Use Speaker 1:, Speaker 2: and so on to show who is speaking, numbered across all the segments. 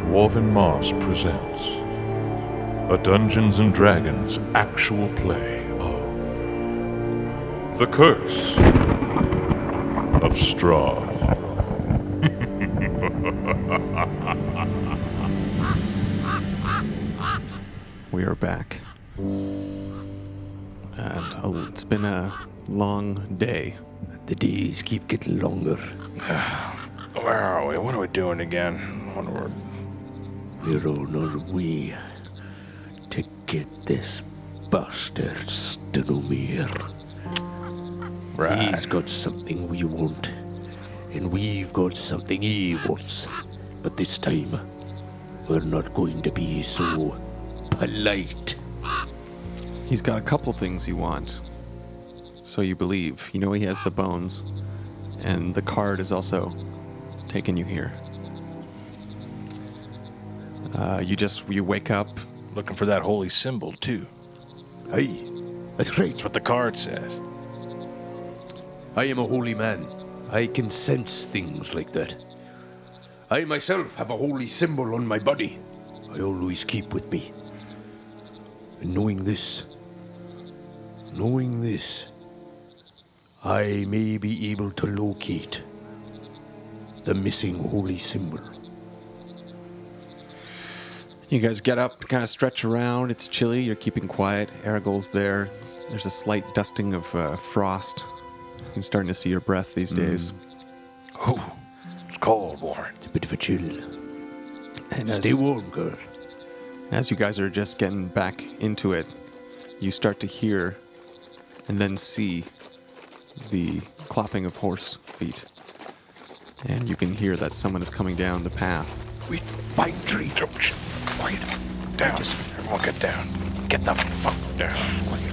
Speaker 1: Dwarven Mars presents a Dungeons and Dragons actual play of The Curse of Straw.
Speaker 2: We are back. And a- it's been a long day.
Speaker 3: The days keep getting longer.
Speaker 4: Where are we? What are we doing again? What are we-
Speaker 3: We're on our way to get this bastard Stenomir.
Speaker 4: Right.
Speaker 3: He's got something we want, and we've got something he wants. But this time, we're not going to be so polite.
Speaker 2: He's got a couple things you want. So you believe. You know he has the bones. And the card is also taking you here. Uh, you just you wake up.
Speaker 4: Looking for that holy symbol, too.
Speaker 3: Hey, that's right.
Speaker 4: That's what the card says.
Speaker 3: I am a holy man. I can sense things like that. I myself have a holy symbol on my body. I always keep with me. And knowing this, knowing this, I may be able to locate the missing holy symbol.
Speaker 2: You guys get up, kind of stretch around. It's chilly. You're keeping quiet. Aragol's there. There's a slight dusting of uh, frost. You're starting to see your breath these days.
Speaker 4: Oh, it's cold, Warren.
Speaker 3: It's a bit of a chill.
Speaker 2: And as-
Speaker 3: Stay warm, girl.
Speaker 2: As you guys are just getting back into it, you start to hear and then see the clopping of horse feet. And you can hear that someone is coming down the path.
Speaker 4: Wait, pine tree. Oh, shit. Wait. Down. Everyone get down. Get the fuck down. Wait.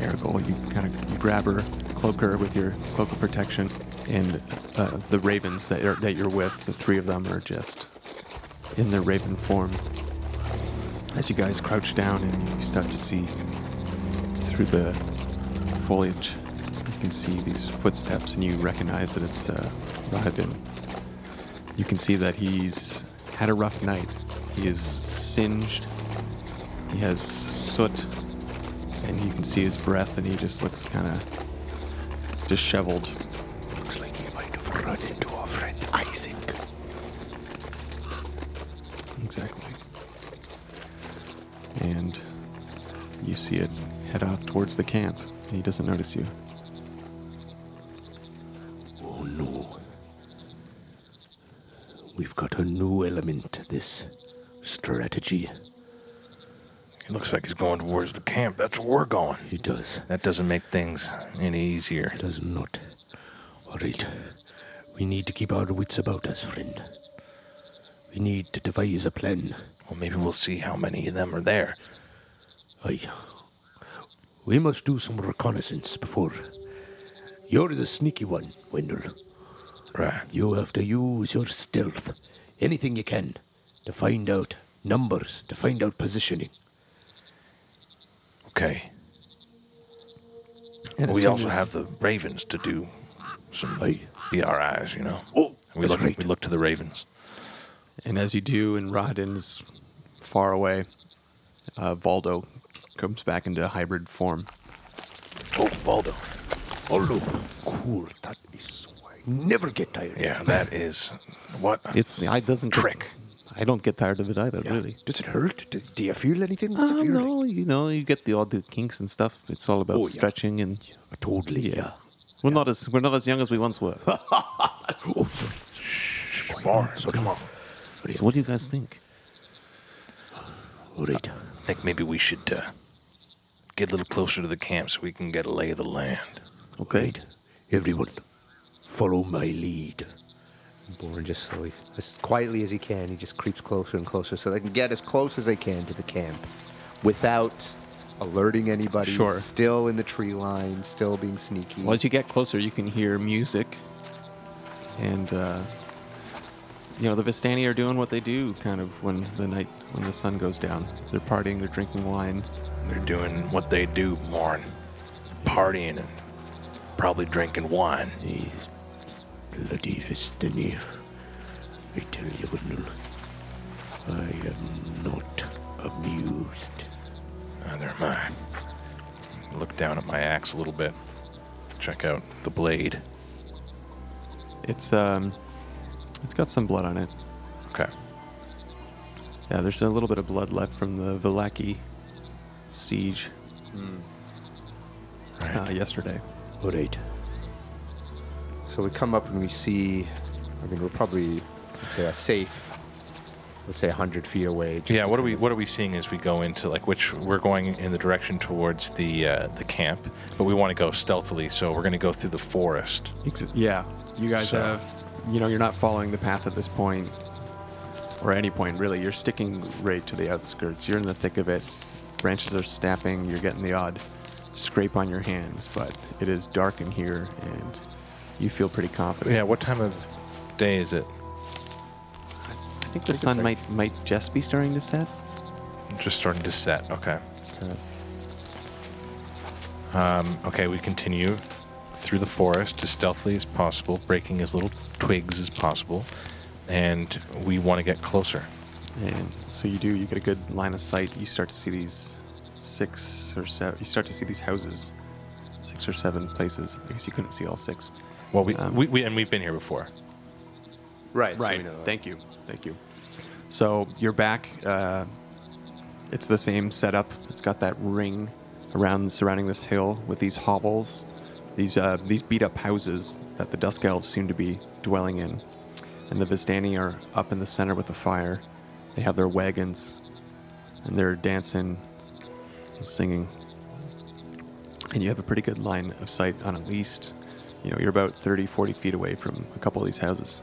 Speaker 2: Aragol, you kind of you grab her, cloak her with your cloak of protection, and uh, the ravens that you're, that you're with, the three of them are just in their raven form. As you guys crouch down and you start to see through the foliage, you can see these footsteps and you recognize that it's uh, Rahadin. You can see that he's had a rough night. He is singed. He has soot. And you can see his breath and he just looks kind of disheveled.
Speaker 3: Looks like you might have run into our friend Isaac.
Speaker 2: Exactly. And you see it head off towards the camp and he doesn't notice you.
Speaker 3: Oh no. We've got a new element to this strategy.
Speaker 4: It looks like he's going towards the camp. That's where we're going.
Speaker 3: He does.
Speaker 4: That doesn't make things any easier.
Speaker 3: Does not. All right. We need to keep our wits about us, friend. We need to devise a plan.
Speaker 4: Well, maybe we'll see how many of them are there.
Speaker 3: Aye. We must do some reconnaissance before. You're the sneaky one, Wendell.
Speaker 4: Right.
Speaker 3: You have to use your stealth, anything you can, to find out numbers, to find out positioning.
Speaker 4: Okay.
Speaker 2: And as
Speaker 4: we
Speaker 2: soon
Speaker 4: also
Speaker 2: as-
Speaker 4: have the ravens to do some
Speaker 3: Aye.
Speaker 4: BRIs, you know.
Speaker 3: Oh,
Speaker 4: We
Speaker 3: that's
Speaker 4: look,
Speaker 3: right.
Speaker 4: we look to the ravens.
Speaker 2: And as you do, and Rodin's far away, uh, Valdo comes back into hybrid form.
Speaker 4: Oh, Valdo.
Speaker 3: Although cool, that is why I never get tired.
Speaker 4: Yeah, that is what a
Speaker 2: It's I doesn't get-
Speaker 4: trick.
Speaker 2: I don't get tired of it either, really.
Speaker 3: Does it hurt? Do, do you feel anything? Does
Speaker 2: Oh,
Speaker 3: it feel
Speaker 2: no, you know, you get the odd kinks and stuff. It's all about
Speaker 3: Oh, yeah.
Speaker 2: stretching, and
Speaker 3: like- Totally. Yeah.
Speaker 2: we're not as we're not as young as we once were.
Speaker 3: Oh, sorry.
Speaker 4: Bar, so come on.
Speaker 2: so, what do you guys think?
Speaker 3: All right.
Speaker 4: I think maybe we should uh, get a little closer to the camp so we can get a lay of the land.
Speaker 2: Okay,
Speaker 3: Right. Everyone, follow my lead.
Speaker 5: Born just slowly, as quietly as he can, he just creeps closer and closer so they can get as close as they can to the camp without alerting anybody.
Speaker 2: Sure.
Speaker 5: Still in the tree line, still being sneaky.
Speaker 2: Well, as you get closer, you can hear music, and uh, you know the Vistani are doing what they do, kind of when the night when the sun goes down. They're partying, they're drinking wine.
Speaker 4: They're doing what they do, Warren. Partying and probably drinking wine.
Speaker 3: These bloody Vistanir. I tell you, Wendell,
Speaker 6: I am not amused.
Speaker 4: Neither am I. Look down at my axe a little bit. Check out the blade.
Speaker 2: It's um, it's got some blood on it.
Speaker 4: Okay.
Speaker 2: Yeah, there's a little bit of blood left from the Velaki siege
Speaker 4: Right.
Speaker 2: uh, yesterday.
Speaker 6: All right.
Speaker 3: So we come up and we see. I mean, we're probably let's say a safe. Let's say hundred feet away. just
Speaker 4: yeah.
Speaker 3: to
Speaker 4: What are we
Speaker 3: kind
Speaker 4: What are we seeing as we go into like which we're going in the direction towards the uh, the camp, but we want to go stealthily, so we're going to go through the forest.
Speaker 2: Ex- yeah, you guys
Speaker 4: So-
Speaker 2: have, you know, you're not following the path at this point, or any point really. You're sticking right to the outskirts. You're in the thick of it. Branches are snapping. You're getting the odd scrape on your hands, but it is dark in here, and you feel pretty confident.
Speaker 4: Yeah. What time of day is it?
Speaker 2: I think the sun might might just be starting to set.
Speaker 4: Just starting to set. Okay.
Speaker 2: Uh,
Speaker 3: of-
Speaker 4: Um, okay. We continue through the forest as stealthily as possible, breaking as little twigs as possible, and we want to get closer.
Speaker 2: And so you do, you get a good line of sight. You start to see these six or seven, you start to see these houses, six or seven places. I guess you couldn't see all six.
Speaker 4: Well, we,
Speaker 2: Um,
Speaker 4: we, we and we've been here before.
Speaker 3: Right. So we
Speaker 2: Right.
Speaker 3: know that.
Speaker 2: Thank you. Thank you. So you're back. Uh, it's the same setup. It's got that ring around surrounding this hill with these hovels, these uh, these beat up houses that the Dusk Elves seem to be dwelling in, and the Vistani are up in the center with the fire. They have their wagons, and they're dancing and singing. And you have a pretty good line of sight on at least, you know, you're about 30, 40 feet away from a couple of these houses.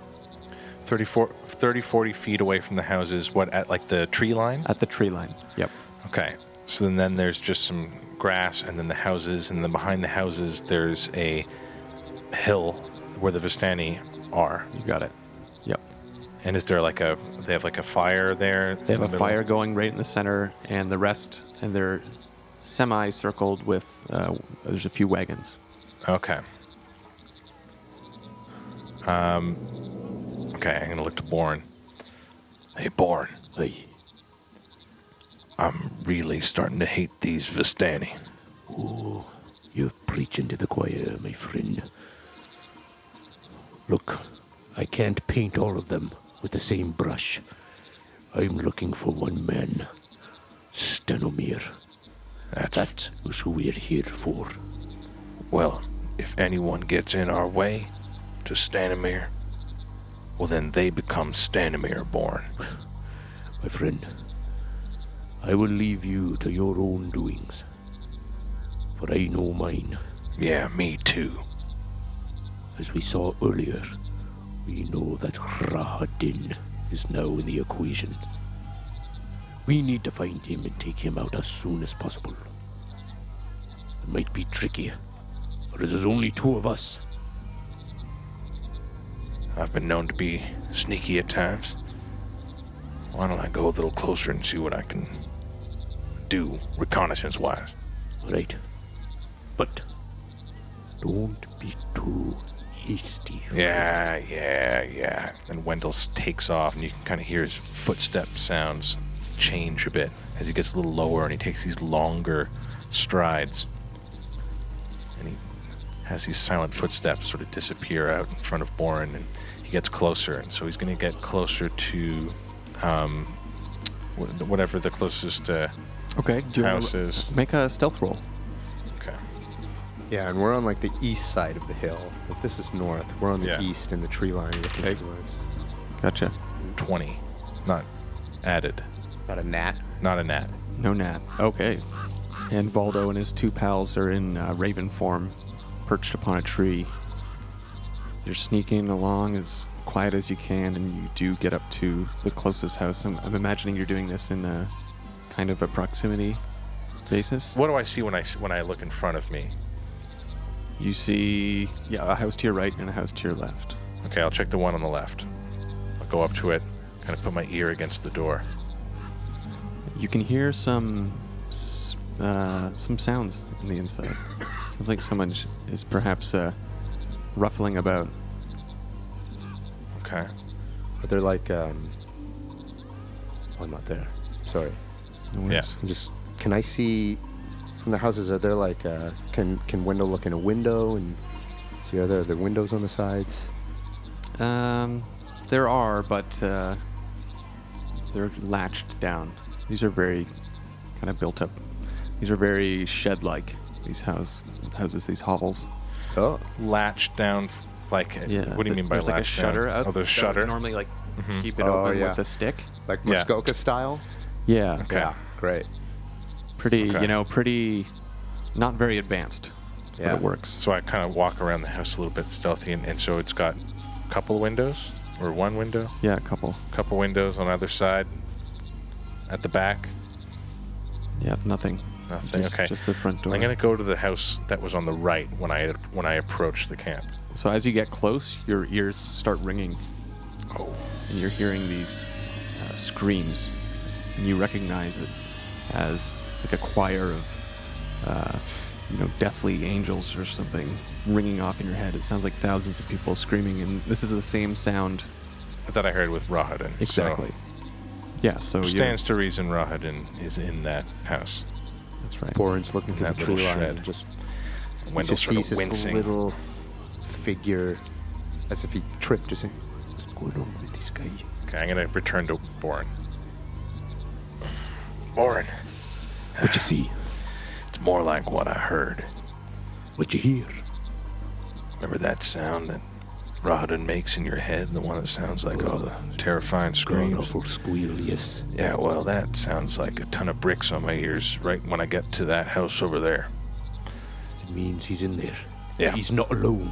Speaker 4: 30, 30, 40 feet away from the houses, what, at like the tree line?
Speaker 2: At the tree line. Yep.
Speaker 4: Okay. So then, then there's just some grass and then the houses, and then behind the houses, there's a hill where the Vistani are.
Speaker 2: You got it. Yep.
Speaker 4: And is there like a, they have like a fire there?
Speaker 2: They have a fire going right in the center, and the rest, and they're semi-circled with. Uh, there's a few wagons.
Speaker 4: Okay. Um, okay, I'm going to look to Born.
Speaker 6: Hey, Born. Hey.
Speaker 4: Really starting to hate these Vistani.
Speaker 6: You're preaching to the choir, my friend. Look, I can't paint all of them with the same brush. I'm looking for one man, Stenomir.
Speaker 4: That's,
Speaker 6: That is who we're here for.
Speaker 4: Well, if anyone gets in our way to Stanimir, well, then they become Stanimir born.
Speaker 6: My friend, I will leave you to your own doings, for I know mine.
Speaker 4: Yeah, me too.
Speaker 6: As we saw earlier, we know that Rahadin is now in the equation. We need to find him and take him out as soon as possible. It might be tricky, for it is only two of us.
Speaker 4: I've been known to be sneaky at times. Why don't I go a little closer and see what I can do reconnaissance wise?
Speaker 6: Right. But don't be too hasty.
Speaker 4: Yeah, yeah, yeah. And Wendell s- takes off, and you can kind of hear his footstep sounds change a bit as he gets a little lower and he takes these longer strides. And he has these silent footsteps sort of disappear out in front of Boren, and he gets closer. And so he's going to get closer to um, wh- whatever the closest. Uh,
Speaker 2: Okay. Do you wanna
Speaker 4: House is-
Speaker 2: make a stealth roll?
Speaker 4: okay.
Speaker 3: Yeah, and we're on like the east side of the hill. If this is north, we're on the
Speaker 4: Yeah.
Speaker 3: east in the tree line looking
Speaker 2: Okay.
Speaker 3: towards.
Speaker 2: Gotcha.
Speaker 4: 20. Not added.
Speaker 3: Got a gnat.
Speaker 4: Not a nat.
Speaker 2: No nap. Okay. And Valdo and his two pals are in uh, raven form, perched upon a tree. You're sneaking along as quiet as you can, and you do get up to the closest house. I'm, I'm imagining you're doing this in a kind of a proximity basis.
Speaker 4: What do I see when I, s- when I look in front of me?
Speaker 2: You see, yeah, a house to your right and a house to your left.
Speaker 4: Okay, I'll check the one on the left. I'll go up to it, kind of put my ear against the door.
Speaker 2: You can hear some s- uh, some sounds on the inside. Sounds like someone sh- is perhaps uh, ruffling about.
Speaker 4: Okay.
Speaker 3: Are there like um,
Speaker 7: oh, I'm not there. Sorry.
Speaker 2: No
Speaker 4: Yeah.
Speaker 2: worries.
Speaker 7: I'm just. Can I see from the houses? Are there like uh, can can window look in a window and see are there other windows on the sides?
Speaker 2: Um, there are, but uh, they're latched down. These are very kind of built up. These are very shed-like. These house houses, these hovels.
Speaker 7: Oh,
Speaker 4: Latched down, f- like
Speaker 2: Yeah.
Speaker 4: what do
Speaker 2: th-
Speaker 4: you mean by
Speaker 2: there's
Speaker 4: latched
Speaker 2: like a shutter?
Speaker 4: down?
Speaker 2: Out
Speaker 4: oh,
Speaker 2: that
Speaker 4: there's
Speaker 2: would
Speaker 4: shutter. Mm-hmm.
Speaker 2: Normally, like keep it
Speaker 7: Oh,
Speaker 2: open
Speaker 7: yeah.
Speaker 2: with a stick.
Speaker 7: like
Speaker 4: Yeah.
Speaker 7: Muskoka style.
Speaker 2: Yeah.
Speaker 4: Okay.
Speaker 7: Yeah, great.
Speaker 2: Pretty,
Speaker 4: Okay.
Speaker 2: you know, pretty, not very advanced.
Speaker 7: Yeah.
Speaker 2: But it works.
Speaker 4: So I kind of walk around the house a little bit stealthy, and, and so it's got a couple windows or one window,
Speaker 2: Yeah, a couple.
Speaker 4: couple windows on either side, at the back.
Speaker 2: Yeah, nothing.
Speaker 4: Nothing.
Speaker 2: Just,
Speaker 4: okay.
Speaker 2: Just the front door.
Speaker 4: I'm gonna go to the house that was on the right when I when I approached the camp.
Speaker 2: So as you get close, your ears start ringing. And you're hearing these uh, screams. And you recognize it as like a choir of, uh, you know, deathly angels or something ringing off in your head. It sounds like thousands of people screaming. And this is the same sound
Speaker 4: that I heard with Rahadin.
Speaker 2: exactly.
Speaker 4: So
Speaker 2: yeah, so you're-
Speaker 4: stands to reason Rahadin is in that house.
Speaker 2: That's right.
Speaker 7: Boren's looking through
Speaker 4: That
Speaker 7: the
Speaker 4: little
Speaker 7: tree line and
Speaker 4: shed.
Speaker 7: just
Speaker 4: Wendell
Speaker 7: just
Speaker 4: sort
Speaker 7: sees this
Speaker 4: of wincing.
Speaker 7: little figure as if he tripped or something. What's going on with this guy?
Speaker 4: Okay, I'm gonna return to Boren. Boren,
Speaker 3: What you see?
Speaker 4: it's more like what I heard.
Speaker 3: What you hear?
Speaker 4: Remember that sound that Rahadin makes in your head, the one that sounds like all the terrifying
Speaker 3: An
Speaker 4: screams.
Speaker 3: awful squeal, yes.
Speaker 4: Yeah, well, that sounds like a ton of bricks on my ears right when I get to that house over there.
Speaker 3: It means he's in there.
Speaker 4: Yeah.
Speaker 3: He's not alone,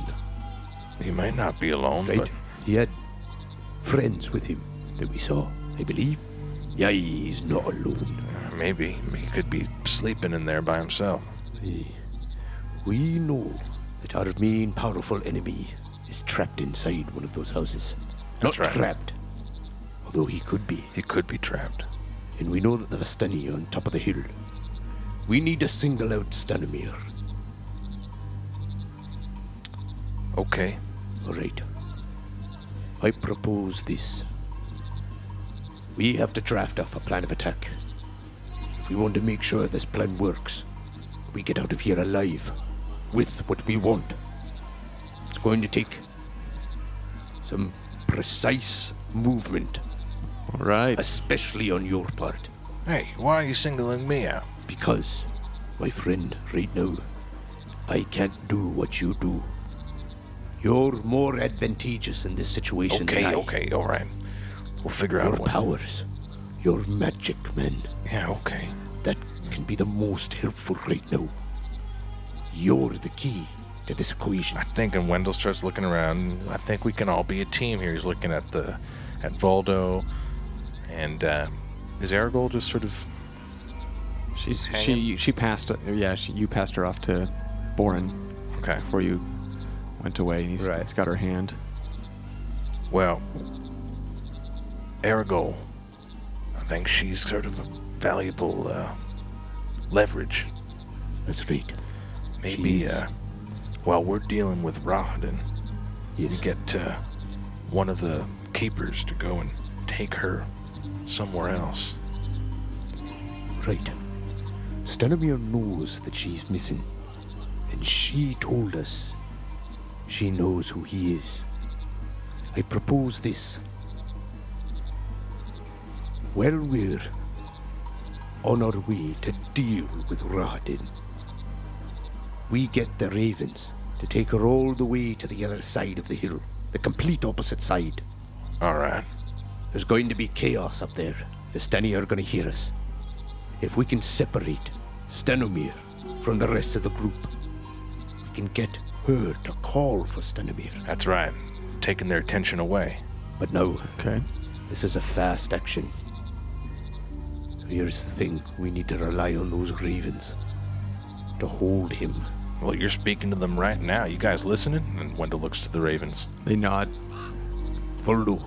Speaker 4: He might not be alone,
Speaker 3: right?
Speaker 4: but
Speaker 3: He had friends with him that we saw, I believe. Yeah, he's not alone.
Speaker 4: maybe he could be sleeping in there by himself.
Speaker 3: Eh, We know that our main powerful enemy is trapped inside one of those houses.
Speaker 4: That's
Speaker 3: Not
Speaker 4: right.
Speaker 3: trapped, although he could be.
Speaker 4: He could be trapped.
Speaker 3: And we know that the Vastani are on top of the hill. We need to single out Stanimir.
Speaker 4: Okay.
Speaker 3: All right. I propose this. We have to draft off a plan of attack. If we want to make sure this plan works, we get out of here alive with what we want. It's going to take some precise movement,
Speaker 2: All right.
Speaker 3: especially on your part,
Speaker 4: Hey, why are you singling me out?
Speaker 3: because, my friend, right now, I can't do what you do. You're more advantageous in this situation
Speaker 4: Okay,
Speaker 3: than I.
Speaker 4: okay, all right. We'll figure
Speaker 3: Your
Speaker 4: out what.
Speaker 3: powers, your magic, man.
Speaker 4: Yeah, okay.
Speaker 3: That can be the most helpful right now. You're the key to this equation.
Speaker 4: I think, and Wendell starts looking around. I think we can all be a team here. He's looking at the, at Valdo, and uh, is Aragol just sort of?
Speaker 2: She's she
Speaker 4: hanging.
Speaker 2: she passed. Yeah, she, you passed her off to Boren
Speaker 4: Okay.
Speaker 2: before you went away, and he's,
Speaker 7: Right.
Speaker 2: he's got her hand.
Speaker 4: Well, Aragol, I think she's sort of a valuable uh, leverage.
Speaker 3: That's right.
Speaker 4: Maybe
Speaker 3: Jeez.
Speaker 4: uh, while we're dealing with Rahadin, you
Speaker 3: Yes.
Speaker 4: get uh, one of the keepers to go and take her somewhere else.
Speaker 3: Right. Stanimir knows that she's missing. And she told us she knows who he is. I propose this. Well, we're on our way to deal with Rahadin. We get the ravens to take her all the way to the other side of the hill, the complete opposite side.
Speaker 4: All right.
Speaker 3: There's going to be chaos up there. The Stani are going to hear us. If we can separate Stanomir from the rest of the group, we can get her to call for Stanomir.
Speaker 4: That's right. Taking their attention away.
Speaker 3: But no,
Speaker 2: Okay.
Speaker 3: this is a fast action. So here's the thing we need to rely on those ravens to hold him.
Speaker 4: Well, you're speaking to them right now. You guys listening? And Wendell looks to the ravens.
Speaker 2: They nod.
Speaker 3: Voldo,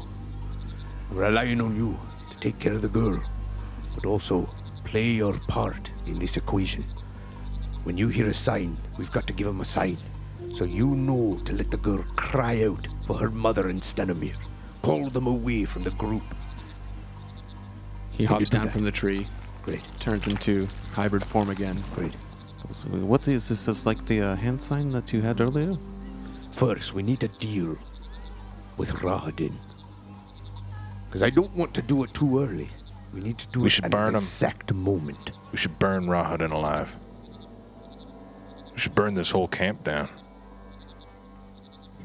Speaker 3: I'm relying on you to take care of the girl, but also play your part in this equation. When you hear a sign, we've got to give him a sign. So you know to let the girl cry out for her mother and Stanomir. Call them away from the group.
Speaker 2: He hops
Speaker 3: do
Speaker 2: down
Speaker 3: that.
Speaker 2: from the tree,
Speaker 3: Great.
Speaker 2: turns into hybrid form again.
Speaker 3: Great.
Speaker 2: So What is this? Is like the uh, hand sign that you had earlier?
Speaker 3: First, we need a deal with Rahadin. Because I don't want to do it too early. We need to do
Speaker 4: We
Speaker 3: it
Speaker 4: should
Speaker 3: at
Speaker 4: burn
Speaker 3: an
Speaker 4: 'em.
Speaker 3: exact moment.
Speaker 4: We should burn Rahadin alive. We should burn this whole camp down.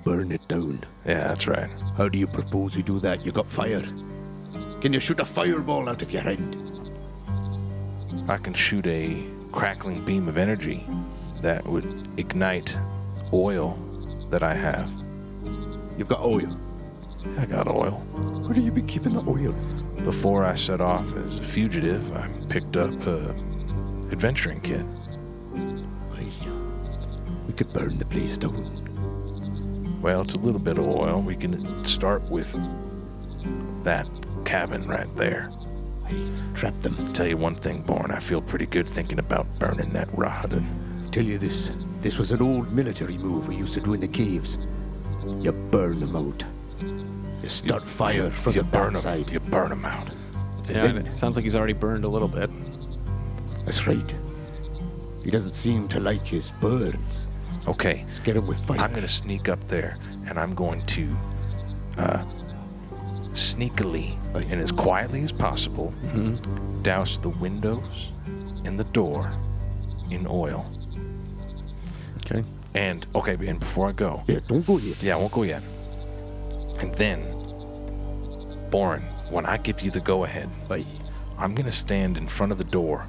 Speaker 3: Burn it down.
Speaker 4: Yeah, that's right.
Speaker 3: How do you propose we do that? You got fire. Can you shoot a fireball out of your hand?
Speaker 4: I can shoot a crackling beam of energy that would ignite oil that I have.
Speaker 3: You've got oil.
Speaker 4: I got oil.
Speaker 3: Where do you be keeping the oil?
Speaker 4: Before I set off as a fugitive, I picked up a adventuring kit.
Speaker 3: We could burn the place down.
Speaker 4: Well, it's a little bit of oil. We can start with that cabin right there.
Speaker 3: Trap them.
Speaker 4: Tell you one thing, Born, I feel pretty good thinking about burning that Rahadin.
Speaker 3: Tell you this. This was an old military move we used to do in the caves. You burn them out. You start fire from
Speaker 4: you
Speaker 3: the
Speaker 4: burn 'em.
Speaker 3: backside.
Speaker 4: You burn 'em out.
Speaker 2: Yeah, it sounds like he's already burned a little bit.
Speaker 3: That's right. He doesn't seem to like his birds.
Speaker 4: Okay,
Speaker 3: Get him with fire.
Speaker 4: I'm going to sneak up there and I'm going to uh, sneakily and as quietly as possible
Speaker 3: Mm-hmm.
Speaker 4: douse the windows and the door in oil.
Speaker 2: Okay.
Speaker 4: And, okay, and before I go,
Speaker 3: Yeah, don't go yet.
Speaker 4: yeah, I won't go yet. And then, Boren, when I give you the go ahead,
Speaker 3: Aye.
Speaker 4: I'm going to stand in front of the door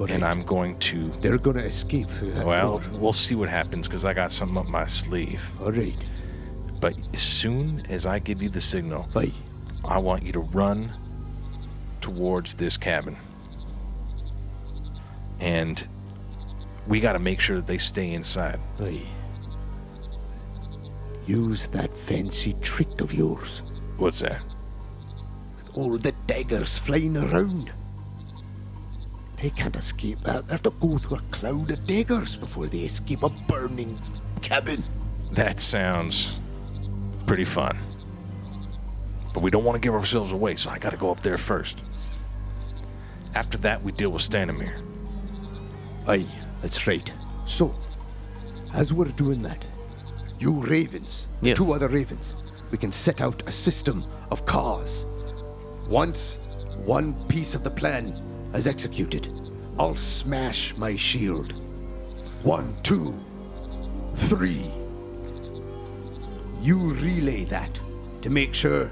Speaker 3: All
Speaker 4: and
Speaker 3: right.
Speaker 4: I'm going to.
Speaker 3: They're gonna escape through that
Speaker 4: Well,
Speaker 3: door.
Speaker 4: we'll see what happens because I got something up my sleeve.
Speaker 3: All right.
Speaker 4: But as soon as I give you the signal,
Speaker 3: Aye.
Speaker 4: I want you to run towards this cabin. And we got to make sure that they stay inside.
Speaker 3: Aye. Use that fancy trick of yours.
Speaker 4: What's that?
Speaker 3: All the daggers flying around. They can't escape that. They have to go through a cloud of daggers before they escape a burning cabin.
Speaker 4: That sounds pretty fun. But we don't want to give ourselves away, so I got to go up there first. After that, we deal with Stanimir.
Speaker 3: Aye, that's right. So, as we're doing that, you ravens, the
Speaker 2: Yes.
Speaker 3: two other ravens, we can set out a system of cars. Once one piece of the plan is executed, I'll smash my shield. One, two, three. You relay that to make sure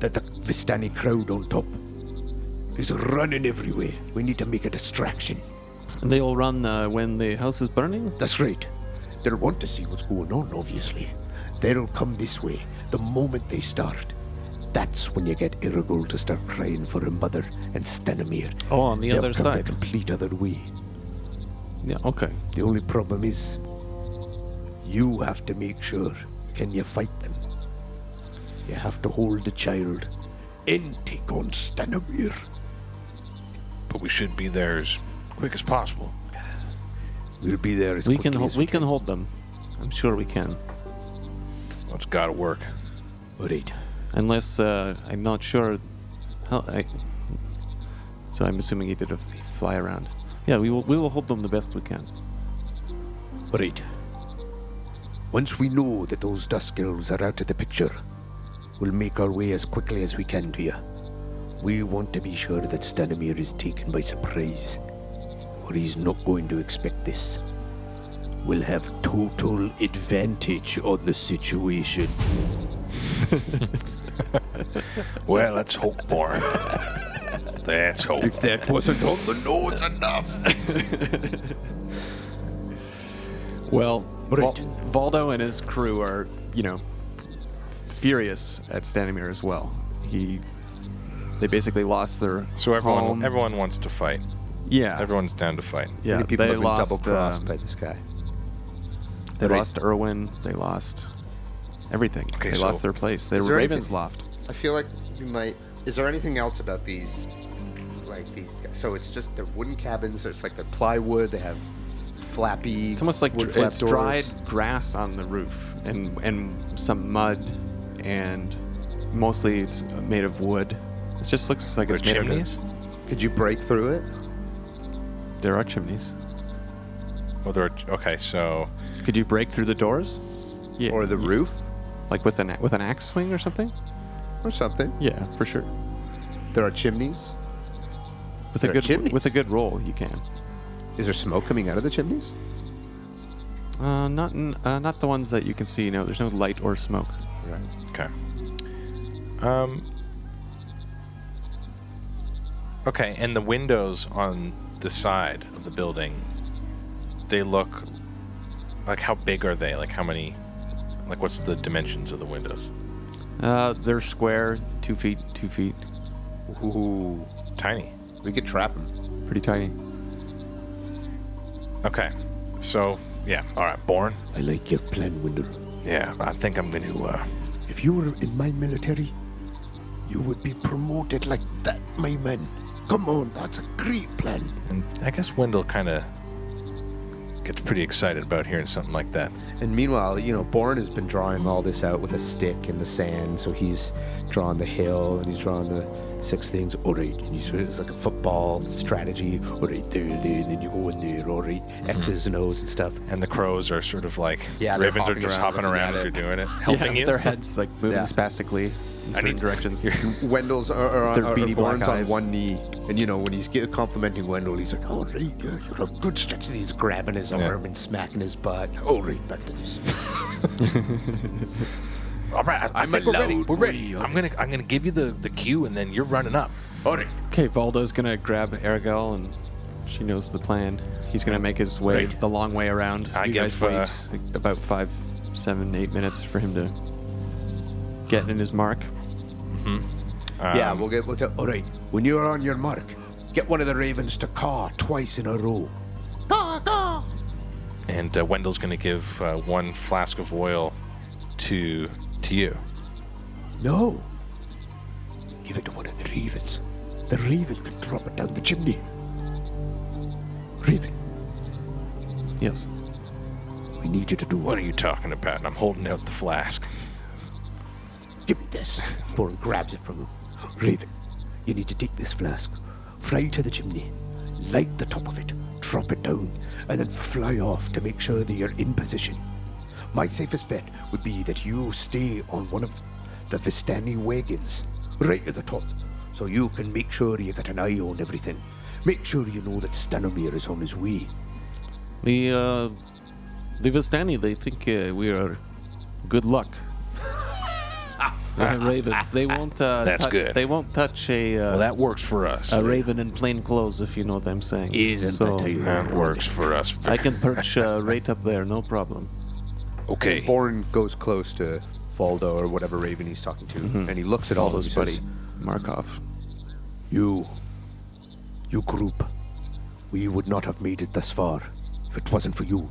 Speaker 3: that the Vistani crowd on top is running everywhere. We need to make a distraction.
Speaker 2: And they all run uh, when the house is burning?
Speaker 3: That's right. They'll want to see what's going on, obviously. They'll come this way the moment they start. That's when you get Irigul to start crying for her mother and Stanimir.
Speaker 2: Oh, on the
Speaker 3: They'll
Speaker 2: other
Speaker 3: come
Speaker 2: side.
Speaker 3: The complete other way.
Speaker 2: Yeah, okay.
Speaker 3: The only problem is, you have to make sure. Can you fight them? You have to hold the child and take on Stanimir.
Speaker 4: But we should be there as quick as possible.
Speaker 3: We'll be there as
Speaker 2: we
Speaker 3: quickly
Speaker 2: can
Speaker 3: as
Speaker 2: hold, we can hold them. I'm sure we can.
Speaker 4: It's got to work.
Speaker 3: All right.
Speaker 2: Unless uh, I'm not sure how I So I'm assuming he did a f- fly around. Yeah, we will we will hold them the best we can.
Speaker 3: Right. Once we know that those Dusk Elves are out of the picture, we'll make our way as quickly as we can to you. We want to be sure that Stanimir is taken by surprise, or he's not going to expect this. We'll have total advantage on the situation.
Speaker 4: Well, let's hope, Boren. That's hope.
Speaker 3: That wasn't on the nose enough.
Speaker 2: Well, Val-
Speaker 3: Right.
Speaker 2: Valdo and his crew are, you know, furious at Stanimir as well. He they basically lost their
Speaker 4: So everyone,
Speaker 2: home.
Speaker 4: everyone wants to fight.
Speaker 2: yeah
Speaker 4: Everyone's down to fight.
Speaker 2: Um, yeah
Speaker 3: Many people
Speaker 2: they
Speaker 3: have been
Speaker 2: lost
Speaker 3: double crossed
Speaker 2: um,
Speaker 3: by this guy.
Speaker 2: They
Speaker 3: Right.
Speaker 2: lost Irwin. They lost everything.
Speaker 4: Okay,
Speaker 2: they
Speaker 4: so-
Speaker 2: lost their place. They
Speaker 8: Is
Speaker 2: were
Speaker 8: there anything-
Speaker 2: Ravens loft.
Speaker 8: I feel like we might. Is there anything else about these? Like these. So it's just they're wooden cabins. There's like the plywood. They have flappy.
Speaker 2: It's almost like
Speaker 8: wood
Speaker 2: dr-
Speaker 8: flap
Speaker 2: it's
Speaker 8: doors.
Speaker 2: dried grass on the roof and and some mud and mostly it's made of wood It just looks like
Speaker 4: There are
Speaker 2: it's made out of-
Speaker 4: chimneys?
Speaker 8: Could you break through it?
Speaker 2: There are chimneys.
Speaker 4: Oh, there are. Okay, so
Speaker 2: Could you break through the doors? Yeah.
Speaker 8: Or the roof?
Speaker 2: like with an a- with an axe swing or something?
Speaker 8: Or something?
Speaker 2: Yeah, for sure.
Speaker 8: There are chimneys.
Speaker 2: With
Speaker 8: There are
Speaker 2: a good
Speaker 8: chimneys.
Speaker 2: with a good roll, you can.
Speaker 8: Is there smoke coming out of the chimneys?
Speaker 2: Uh, not n- uh, not the ones that you can see. No, there's no light or smoke.
Speaker 4: Okay. Um. Okay, and the windows on the side of the building, they look like how big are they? Like how many? Like what's the dimensions of the windows?
Speaker 2: Uh, they're square, two feet, two feet,
Speaker 4: Ooh, tiny.
Speaker 8: We could trap them.
Speaker 2: pretty tiny.
Speaker 4: Okay, so yeah, all right, Born.
Speaker 3: I like your plan, Wendell.
Speaker 4: Yeah, I think I'm going to. Uh,
Speaker 3: If you were in my military, you would be promoted like that, my man. Come on, that's a great plan.
Speaker 4: and I guess Wendell kind of gets pretty excited about hearing something like that.
Speaker 8: And meanwhile, you know, Bourne has been drawing all this out with a stick in the sand. So he's drawn the hill and he's drawn the six things. All right,
Speaker 3: And you sort of, it's like a football strategy. All right, there, there, and then you go in there, all right,
Speaker 2: Mm-hmm.
Speaker 3: X's and O's and stuff.
Speaker 4: And the crows are sort of like
Speaker 8: Yeah,
Speaker 4: the
Speaker 8: they're
Speaker 4: ravens are
Speaker 8: hopping
Speaker 4: just
Speaker 8: around,
Speaker 4: hopping
Speaker 8: looking
Speaker 4: around
Speaker 8: at
Speaker 4: as you're
Speaker 8: it.
Speaker 4: doing it, helping
Speaker 2: yeah,
Speaker 4: you.
Speaker 2: Their heads like moving
Speaker 8: Yeah.
Speaker 2: spastically in certain
Speaker 4: need-
Speaker 2: directions.
Speaker 8: Wendell's or, or,
Speaker 2: Their
Speaker 8: or, or
Speaker 2: beady black
Speaker 8: Bourne's on
Speaker 2: eyes.
Speaker 8: one knee, and you know when he's get- complimenting Wendell, he's like,
Speaker 3: All
Speaker 8: "Oh,
Speaker 3: right, yeah, you're a good stretch. And he's grabbing his
Speaker 4: Yeah.
Speaker 3: arm and smacking his butt. All right, back to this.
Speaker 4: All right, I, I
Speaker 3: I'm
Speaker 4: think we're ready.
Speaker 3: allowed
Speaker 4: We're ready.
Speaker 3: wheel.
Speaker 4: I'm gonna I'm gonna give you the the cue, and then you're running up.
Speaker 3: All right,
Speaker 2: Okay, Valdo's gonna grab Aragel, and she knows the plan. He's gonna make his way
Speaker 4: Great.
Speaker 2: the long way around.
Speaker 4: I
Speaker 2: you
Speaker 4: give, uh,
Speaker 2: guys wait like, about five, seven, eight minutes for him to get in his mark.
Speaker 8: yeah,
Speaker 4: Um,
Speaker 8: we'll get we'll tell."
Speaker 3: all right. um, When you're on your mark, get one of the ravens to caw twice in a row.
Speaker 4: And uh, Wendell's gonna give uh, one flask of oil to to you.
Speaker 3: No. Give it to one of the ravens. The raven can drop it down the chimney. Raven,
Speaker 2: Yes.
Speaker 3: we need you to do
Speaker 4: What
Speaker 3: one.
Speaker 4: are you talking about? And I'm holding out the flask.
Speaker 3: Give me this. Bourne grabs it from him. Raven, you need to take this flask, fly to the chimney, light the top of it, drop it down, and then fly off to make sure that you're in position. My safest bet would be that you stay on one of the Vistani wagons, right at the top, so you can make sure you got an eye on everything. Make sure you know that Stanomir is on his way.
Speaker 2: The uh, the Vistani, they think uh, we are good luck. Uh, ravens, they won't. Uh,
Speaker 4: That's
Speaker 2: tou-
Speaker 4: good.
Speaker 2: They won't touch a uh,
Speaker 4: Well, that works for us.
Speaker 2: a raven in plain clothes, if you know what I'm saying.
Speaker 3: Isn't
Speaker 2: so
Speaker 3: that a-
Speaker 4: that works for us.
Speaker 2: I can perch uh, right up there, no problem.
Speaker 4: Okay.
Speaker 8: Bourne goes close to Faldo or whatever Raven he's talking to,
Speaker 4: Mm-hmm.
Speaker 8: and he looks at all those buddy.
Speaker 2: Markov.
Speaker 3: You, you group, we would not have made it this far if it wasn't for you.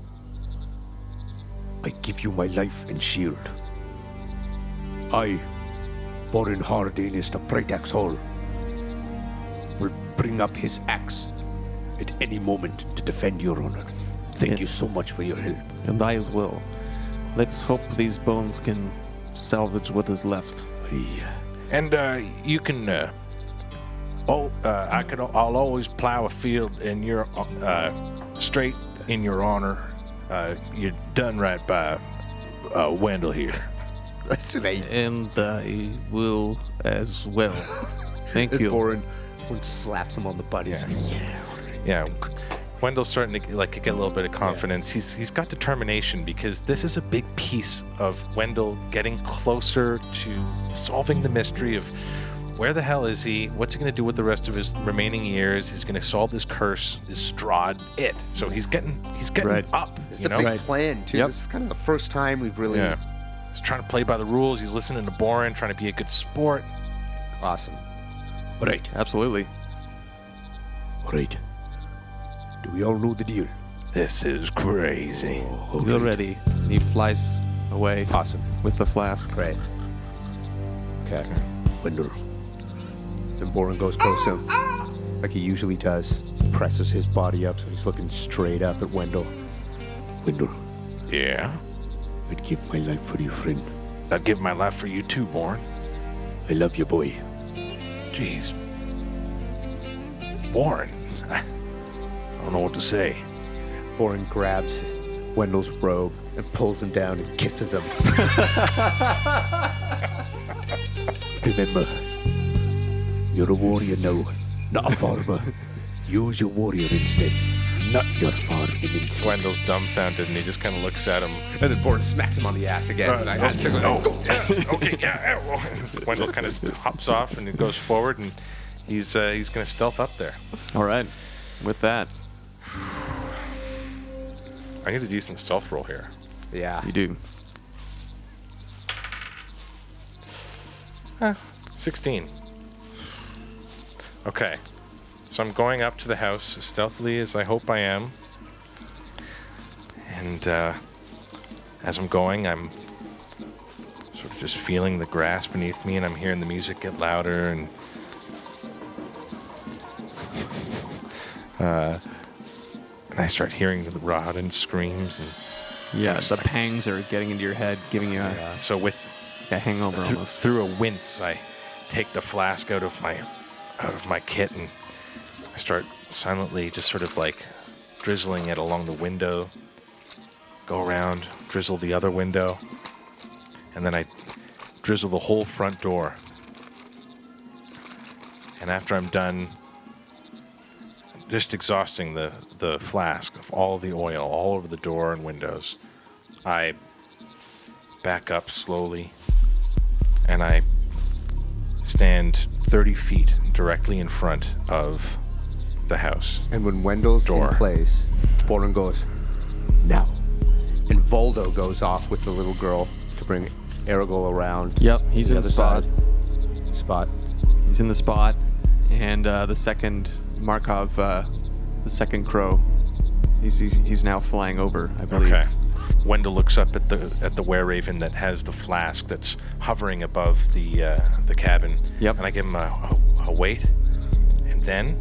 Speaker 3: I give you my life and shield. I, Borin Hardanis of Bright Axe Hall, will bring up his axe at any moment to defend your honor. Thank
Speaker 2: Yeah.
Speaker 3: you so much for your help.
Speaker 2: And I as well. Let's hope these bones can salvage what is left.
Speaker 3: I,
Speaker 4: And uh, you can. Uh, oh, uh, I could. I'll always plow a field in your uh, straight in your honor. Uh, you're done right by uh, Wendell here.
Speaker 8: That's amazing.
Speaker 2: And I will as well. Thank
Speaker 8: And
Speaker 2: you.
Speaker 8: Bourne, Bourne slaps him on the butt. He's like,
Speaker 4: Yeah. Wendell's starting to like get a little bit of confidence. He's he's got determination because this is a big piece of Wendell getting closer to solving the mystery of where the hell is he? What's he going to do with the rest of his remaining years? He's going to solve this curse, this Strahd, it. So he's getting he's getting
Speaker 2: Right.
Speaker 4: up.
Speaker 8: It's
Speaker 4: you
Speaker 8: a
Speaker 4: know,
Speaker 8: big plan too.
Speaker 2: Yep.
Speaker 8: This is kind of the first time we've really
Speaker 4: yeah. He's trying to play by the rules. He's listening to Boren, trying to be a good sport.
Speaker 8: awesome.
Speaker 3: all right,
Speaker 2: Absolutely.
Speaker 3: all right. Do we all know the deal?
Speaker 4: This is crazy.
Speaker 2: You're ready. And he flies away
Speaker 8: Awesome.
Speaker 2: with the flask.
Speaker 8: Great. Okay.
Speaker 3: Wendell,
Speaker 8: And Boren goes close to him, like he usually does. Presses his body up, so he's looking straight up at Wendell.
Speaker 3: Wendell,
Speaker 4: Yeah.
Speaker 3: I'd give my life for you, friend.
Speaker 4: I'd give my life for you too, Boren.
Speaker 3: I love you, boy.
Speaker 4: Jeez. Boring. I don't know what to say.
Speaker 3: Boren grabs Wendell's robe and pulls him down and kisses him. Remember, you're a warrior now, not a farmer. Use your warrior instincts, not your farming instincts.
Speaker 4: Wendell's dumbfounded and he just kind of looks at him.
Speaker 8: And then uh, Boren smacks him on the ass again. and I has to go,
Speaker 4: Oh, yeah, okay, yeah. yeah, well. Wendell kind of hops off and he goes forward and he's uh, he's going to stealth up there.
Speaker 2: All right. With that,
Speaker 4: I need a decent stealth roll here.
Speaker 8: Yeah.
Speaker 2: you do.
Speaker 4: 16. Okay. So I'm going up to the house as stealthily as I hope I am. And uh, as I'm going, I'm sort of just feeling the grass beneath me and I'm hearing the music get louder and. Uh, and I start hearing the rod and screams. And
Speaker 2: Yeah, the pangs are getting into your head, giving you a,
Speaker 4: uh, so with
Speaker 2: a hangover
Speaker 4: Through-
Speaker 2: almost.
Speaker 4: Through a wince, I take the flask out of my out of my kit and I start silently, just sort of like drizzling it along the window. Go around, drizzle the other window, and then I drizzle the whole front door. And after I'm done, just exhausting the, the flask of all the oil all over the door and windows, I back up slowly and I stand 30 feet directly in front of the house.
Speaker 8: And when Wendell's
Speaker 4: Door.
Speaker 8: in place, Boren goes, now. And Voldo goes off with the little girl to bring Aragol around.
Speaker 2: Yep, he's
Speaker 8: the
Speaker 2: in the
Speaker 8: other
Speaker 2: spot.
Speaker 8: side. Spot.
Speaker 2: He's in the spot, and uh, the second Markov, uh, the second crow, he's, he's he's now flying over, I believe.
Speaker 4: Okay. Wendell looks up at the at the were raven that has the flask that's hovering above the uh, the cabin.
Speaker 2: Yep.
Speaker 4: And I give him a, a, a wait, and then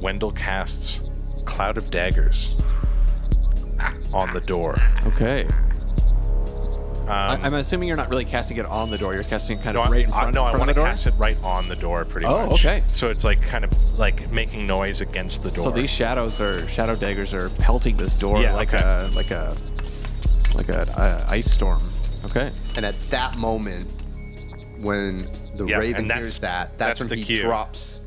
Speaker 4: Wendell casts cloud of daggers on the door.
Speaker 2: Okay. I, I'm assuming you're not really casting it on the door. You're casting it kind
Speaker 4: No,
Speaker 2: of
Speaker 4: I-
Speaker 2: right in
Speaker 4: I-
Speaker 2: front,
Speaker 4: no, I
Speaker 2: front
Speaker 4: want
Speaker 2: of
Speaker 4: to
Speaker 2: the door.
Speaker 4: cast it right on the door, pretty
Speaker 2: Oh,
Speaker 4: much.
Speaker 2: okay.
Speaker 4: So it's like kind of like making noise against the door.
Speaker 2: So these shadows are shadow daggers are pelting this door
Speaker 4: Yeah,
Speaker 2: like
Speaker 4: okay.
Speaker 2: a like a like a uh, ice storm. Okay.
Speaker 8: And at that moment, when the
Speaker 4: Yeah,
Speaker 8: Raven
Speaker 4: and that's-
Speaker 8: hears that,
Speaker 4: that's
Speaker 8: that's, when
Speaker 4: the
Speaker 8: he
Speaker 4: cue.
Speaker 8: drops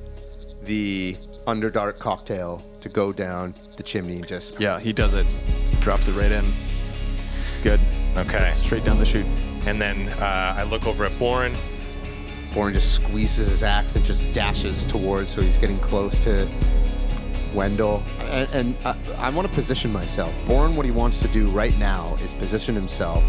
Speaker 8: the Underdark cocktail to go down the chimney and just.
Speaker 2: Yeah, he does it. Drops it right in. Good.
Speaker 4: Okay.
Speaker 2: Straight down the chute.
Speaker 4: And then uh, I look over at Boren.
Speaker 8: Boren just squeezes his axe and just dashes towards, so he's getting close to Wendell. And, and I, I want to position myself. Boren, what he wants to do right now is position himself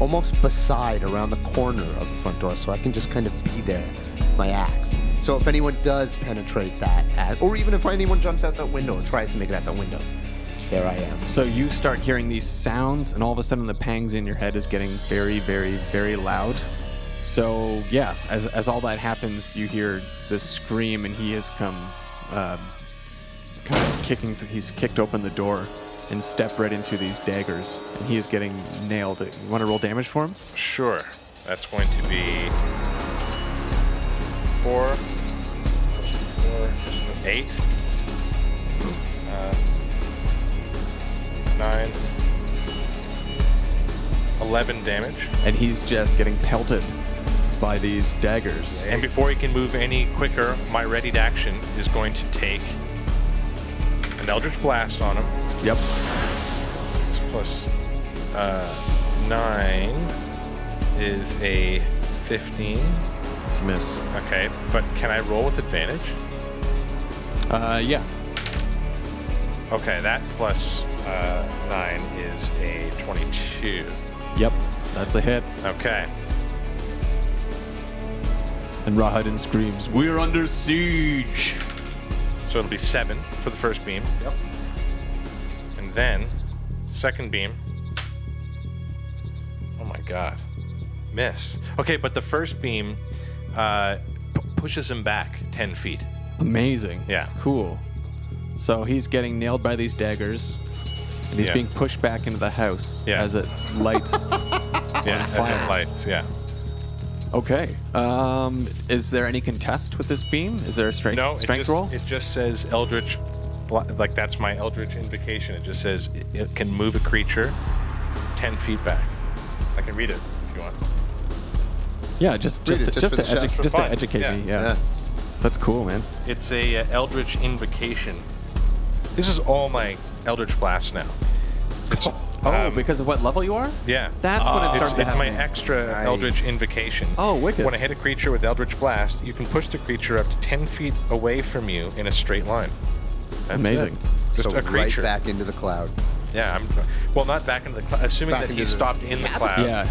Speaker 8: almost beside, around the corner of the front door, so I can just kind of be there, with my axe. So if anyone does penetrate that, ax- or even if anyone jumps out that window and tries to make it out that window, there I am.
Speaker 2: So you start hearing these sounds, and all of a sudden the pangs in your head is getting very, very, very loud. So yeah, as as all that happens, you hear this scream, and he has come, uh, kind of kicking. Through, he's kicked open the door, and stepped right into these daggers, and he is getting nailed. You want to roll damage for him?
Speaker 4: Sure. That's going to be four, four eight, uh, nine, eleven damage.
Speaker 2: And he's just getting pelted by these daggers.
Speaker 4: And before he can move any quicker, my readied action is going to take an Eldritch Blast on him.
Speaker 2: Yep.
Speaker 4: Six plus uh, nine is a 15.
Speaker 2: It's a miss.
Speaker 4: Okay, but can I roll with advantage?
Speaker 2: Uh, yeah.
Speaker 4: Okay, that plus uh, nine is a 22.
Speaker 2: Yep. That's a hit.
Speaker 4: Okay.
Speaker 2: And Rahadin screams, "We're under siege!"
Speaker 4: So it'll be seven for the first beam. Yep. And then, second beam. Oh my god. Miss. Okay, but the first beam uh, p- pushes him back 10 feet.
Speaker 2: Amazing.
Speaker 4: Yeah.
Speaker 2: Cool. So he's getting nailed by these daggers, and he's
Speaker 4: Yeah.
Speaker 2: being pushed back into the house
Speaker 4: Yeah.
Speaker 2: as it lights.
Speaker 4: Yeah,
Speaker 2: fire.
Speaker 4: lights, yeah.
Speaker 2: Okay. Um, is there any contest with this beam? Is there a strength
Speaker 4: No,
Speaker 2: strength
Speaker 4: it just,
Speaker 2: roll?
Speaker 4: It just says Eldritch, bl- like that's my Eldritch invocation. It just says it, it can move a creature ten feet back. I can read it if you want.
Speaker 2: yeah, just
Speaker 8: Read
Speaker 2: just
Speaker 8: it,
Speaker 2: to, just,
Speaker 8: just for
Speaker 2: to,
Speaker 8: the
Speaker 2: edu-
Speaker 8: chat.
Speaker 2: just to
Speaker 4: Fine.
Speaker 2: educate
Speaker 4: Yeah.
Speaker 2: me. Yeah.
Speaker 8: Yeah.
Speaker 2: that's cool, man.
Speaker 4: It's a uh, Eldritch invocation. This is all my Eldritch blasts now. It's,
Speaker 2: Oh,
Speaker 4: um,
Speaker 2: because of what level you are?
Speaker 4: Yeah.
Speaker 2: That's when it
Speaker 4: it's,
Speaker 2: started to
Speaker 4: it's my
Speaker 2: happen.
Speaker 4: extra
Speaker 8: Nice.
Speaker 4: Eldritch Invocation.
Speaker 2: Oh, wicked.
Speaker 4: When I hit a creature with Eldritch Blast, you can push the creature up to 10 feet away from you in a straight line. That's
Speaker 2: Amazing.
Speaker 4: it. Just
Speaker 8: so
Speaker 4: a creature.
Speaker 8: right back into the cloud.
Speaker 4: Yeah, I'm, well, not back into the cloud. Assuming
Speaker 8: Back
Speaker 4: that he
Speaker 8: into the
Speaker 4: stopped in the cloud.
Speaker 2: yeah.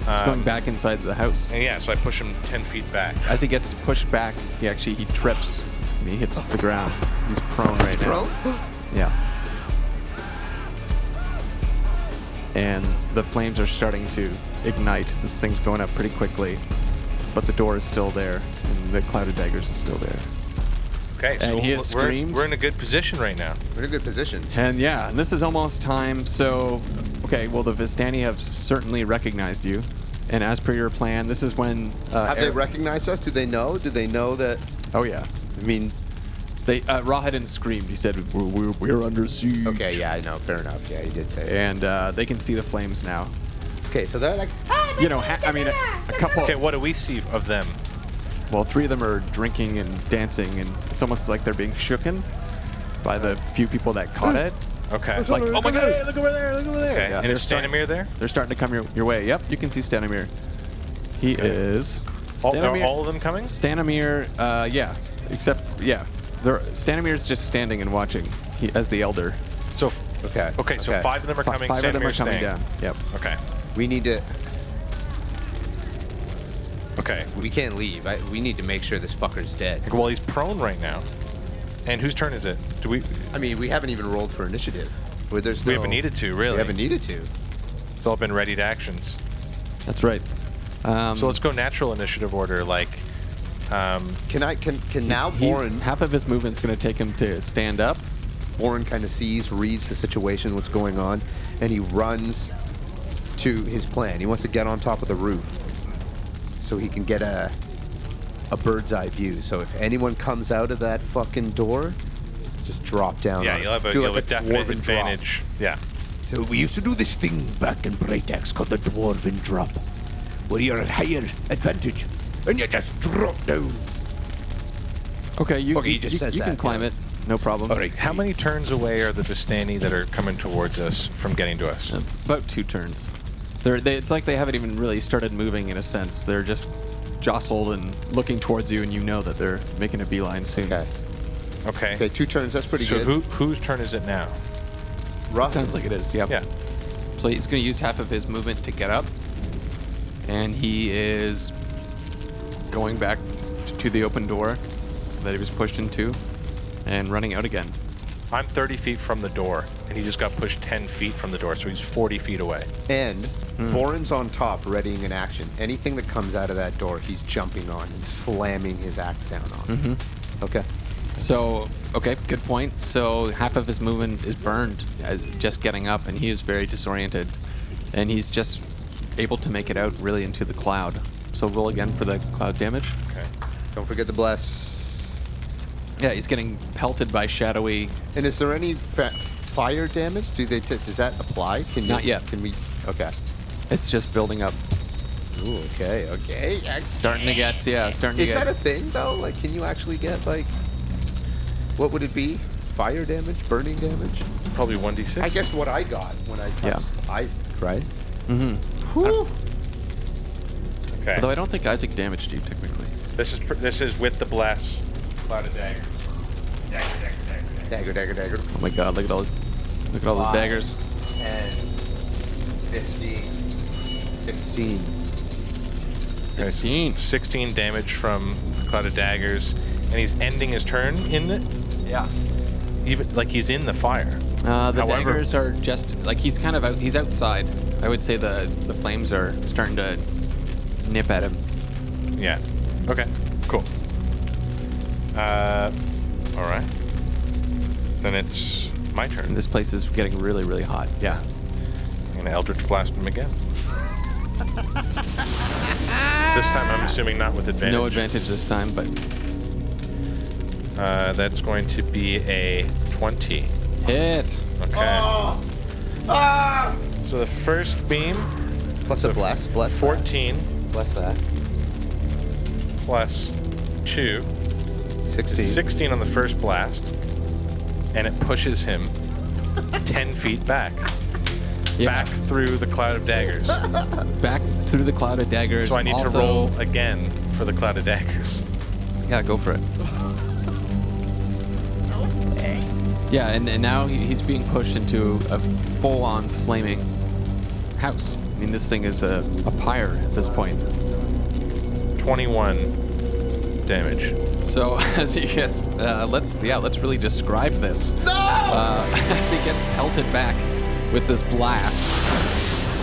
Speaker 2: It's
Speaker 4: Um,
Speaker 2: going back inside the house.
Speaker 4: And yeah, so I push him 10 feet back.
Speaker 2: As he gets pushed back, he actually he trips and he hits the ground. He's prone right now. Yeah. And the flames are starting to ignite. This thing's going up pretty quickly, but the door is still there, and the cloud of daggers is still there.
Speaker 4: Okay, so
Speaker 2: And he has
Speaker 4: we're,
Speaker 2: screamed.
Speaker 4: we're in a good position right now.
Speaker 8: We're in a good position.
Speaker 2: And yeah, and this is almost time. So, okay, well the Vistani have certainly recognized you, and as per your plan, this is when uh,
Speaker 8: Have they
Speaker 2: Eric-
Speaker 8: recognized us? Do they know? Do they know that?
Speaker 2: Oh yeah,
Speaker 8: I mean,
Speaker 2: they uh, Rawhadin screamed. He said, "We're, we're, we're under siege."
Speaker 8: okay, yeah, I know. Fair enough. Yeah, he did say it.
Speaker 2: And uh, they can see the flames now.
Speaker 8: Okay, so they're like, "Ah!"
Speaker 2: You know, ha- I mean, a, a couple.
Speaker 4: Okay, what do we see of them?
Speaker 2: Well, three of them are drinking and dancing, and it's almost like they're being shooken by the few people that caught it.
Speaker 4: Okay.
Speaker 2: It's like, oh my god, look over there, look over there.
Speaker 4: okay.
Speaker 2: Yeah,
Speaker 4: and
Speaker 2: they're
Speaker 4: it's
Speaker 2: starting-
Speaker 4: Stanimir there?
Speaker 2: They're starting to come your, your way. Yep, you can see Stanimir. He is.
Speaker 4: All, are
Speaker 2: Stanimir-
Speaker 4: all of them coming?
Speaker 2: Stanimir, uh, yeah, except yeah, there, Stanimir's just standing and watching he, as the elder.
Speaker 4: So, f-
Speaker 8: okay,
Speaker 4: okay, so
Speaker 8: okay.
Speaker 4: five of them are
Speaker 2: Fi-
Speaker 4: coming.
Speaker 2: Five of them are
Speaker 4: Stanimir's
Speaker 2: coming
Speaker 4: staying.
Speaker 2: down. Yep.
Speaker 4: Okay.
Speaker 8: we need to.
Speaker 4: Okay.
Speaker 8: We can't leave. I, we need to make sure this fucker's dead.
Speaker 4: Well, he's prone right now. And whose turn is it? Do we?
Speaker 8: I mean, we haven't even rolled for initiative. Where there's
Speaker 4: We
Speaker 8: no-
Speaker 4: haven't needed to really.
Speaker 8: We haven't needed to.
Speaker 4: It's all been readied actions.
Speaker 2: That's right. Um,
Speaker 4: So let's go natural initiative order. Like, um,
Speaker 8: Can I? Can can now
Speaker 2: he's-
Speaker 8: Boren?
Speaker 2: half of his movement's gonna take him to stand up.
Speaker 8: Boren kind of sees, reads the situation, what's going on, and he runs to his plan. He wants to get on top of the roof so he can get a a bird's eye view. So if anyone comes out of that fucking door, just drop down.
Speaker 4: yeah,
Speaker 8: on
Speaker 4: you'll
Speaker 8: it.
Speaker 4: have a,
Speaker 8: Do
Speaker 4: you'll
Speaker 8: like
Speaker 4: have a definite
Speaker 8: dwarven drop.
Speaker 4: advantage. Yeah.
Speaker 3: So we used to do this thing back in Playtex called the Dwarven Drop, where you're at higher advantage and you just drop down.
Speaker 2: Okay, you
Speaker 3: Okay, he
Speaker 2: you-
Speaker 3: just
Speaker 2: you,
Speaker 3: says
Speaker 2: you can
Speaker 3: that,
Speaker 2: climb it, no problem.
Speaker 3: All right.
Speaker 4: How many turns away are the Vistani that are coming towards us from getting to us?
Speaker 2: About two turns. They're, they, it's like they haven't even really started moving in a sense. They're just jostled and looking towards you, and you know that they're making a beeline soon.
Speaker 8: Okay.
Speaker 4: Okay.
Speaker 8: Okay, two turns. That's pretty
Speaker 4: so
Speaker 8: good.
Speaker 4: who whose turn is it now?
Speaker 8: Rough.
Speaker 2: Sounds like it is. Yep.
Speaker 4: Yeah.
Speaker 2: So he's going to use half of his movement to get up, and he is going back t- to the open door that he was pushed into, and running out again.
Speaker 4: I'm 30 feet from the door, and he just got pushed 10 feet from the door, so he's 40 feet away.
Speaker 8: And
Speaker 4: Hmm.
Speaker 8: Boren's on top, readying an action. Anything that comes out of that door, he's jumping on and slamming his axe down on.
Speaker 4: Hmm.
Speaker 8: Okay.
Speaker 2: So, okay, good point. So, half of his movement is burned uh, just getting up, and he is very disoriented. And he's just able to make it out really into the cloud. So, roll again for the cloud damage.
Speaker 4: Okay.
Speaker 8: Don't forget the bless.
Speaker 2: Yeah, he's getting pelted by shadowy.
Speaker 8: And is there any fa- fire damage? Do they? T- does that apply? Can you,
Speaker 2: Not yet.
Speaker 8: Can we? Okay.
Speaker 2: It's just building up.
Speaker 8: Ooh. Okay. Okay. Axe.
Speaker 2: Starting to get, yeah, starting
Speaker 8: Is
Speaker 2: to
Speaker 8: that a
Speaker 2: get.
Speaker 8: thing though? Like, can you actually get like? What would it be? Fire damage? Burning damage?
Speaker 4: Probably 1d6.
Speaker 8: I guess what I got when I touched
Speaker 2: Yeah.
Speaker 8: Isaac, right?
Speaker 4: Okay.
Speaker 2: Although I don't think Isaac damaged you technically.
Speaker 4: This is pr- this is with the bless. Cloud of dagger. Dagger, dagger, dagger.
Speaker 8: Dagger, dagger, dagger.
Speaker 2: Oh my god, look at all his, look at all his
Speaker 8: Five.
Speaker 2: daggers.
Speaker 8: 10, 15, 16.
Speaker 4: Okay, so
Speaker 2: 16.
Speaker 4: 16 damage from Cloud of Daggers, and he's ending his turn in it.
Speaker 2: Yeah.
Speaker 4: Even like he's in the fire.
Speaker 2: Uh, the
Speaker 4: However-
Speaker 2: daggers are just like he's kind of out, he's outside. I would say the the flames are starting to nip at him.
Speaker 4: Yeah. Okay. Cool. Uh, all right. Then it's my
Speaker 2: And
Speaker 4: turn.
Speaker 2: this place is getting really really hot. Yeah.
Speaker 4: I'm gonna Eldritch blast him again. This time I'm assuming not with advantage.
Speaker 2: No advantage this time, but
Speaker 4: Uh, that's going to be a 20.
Speaker 2: hit.
Speaker 4: Okay. So the first beam,
Speaker 8: Plus a bless, bless, that,
Speaker 4: 14
Speaker 8: bless that.
Speaker 4: plus 2,
Speaker 8: Sixteen.
Speaker 4: 16 on the first blast, and it pushes him 10 feet back.
Speaker 2: Yeah.
Speaker 4: Back through the cloud of daggers. So
Speaker 2: Back through the cloud of daggers.
Speaker 4: I need to
Speaker 2: Also-
Speaker 4: roll again for the cloud of daggers.
Speaker 2: Yeah, go for it. Yeah, and, and now he- he's being pushed into a full on flaming house. I mean, this thing is a, a pyre at this point.
Speaker 4: 21 damage.
Speaker 2: So as he gets, uh, let's yeah, let's really describe this. No! Uh, as he gets pelted back with this blast,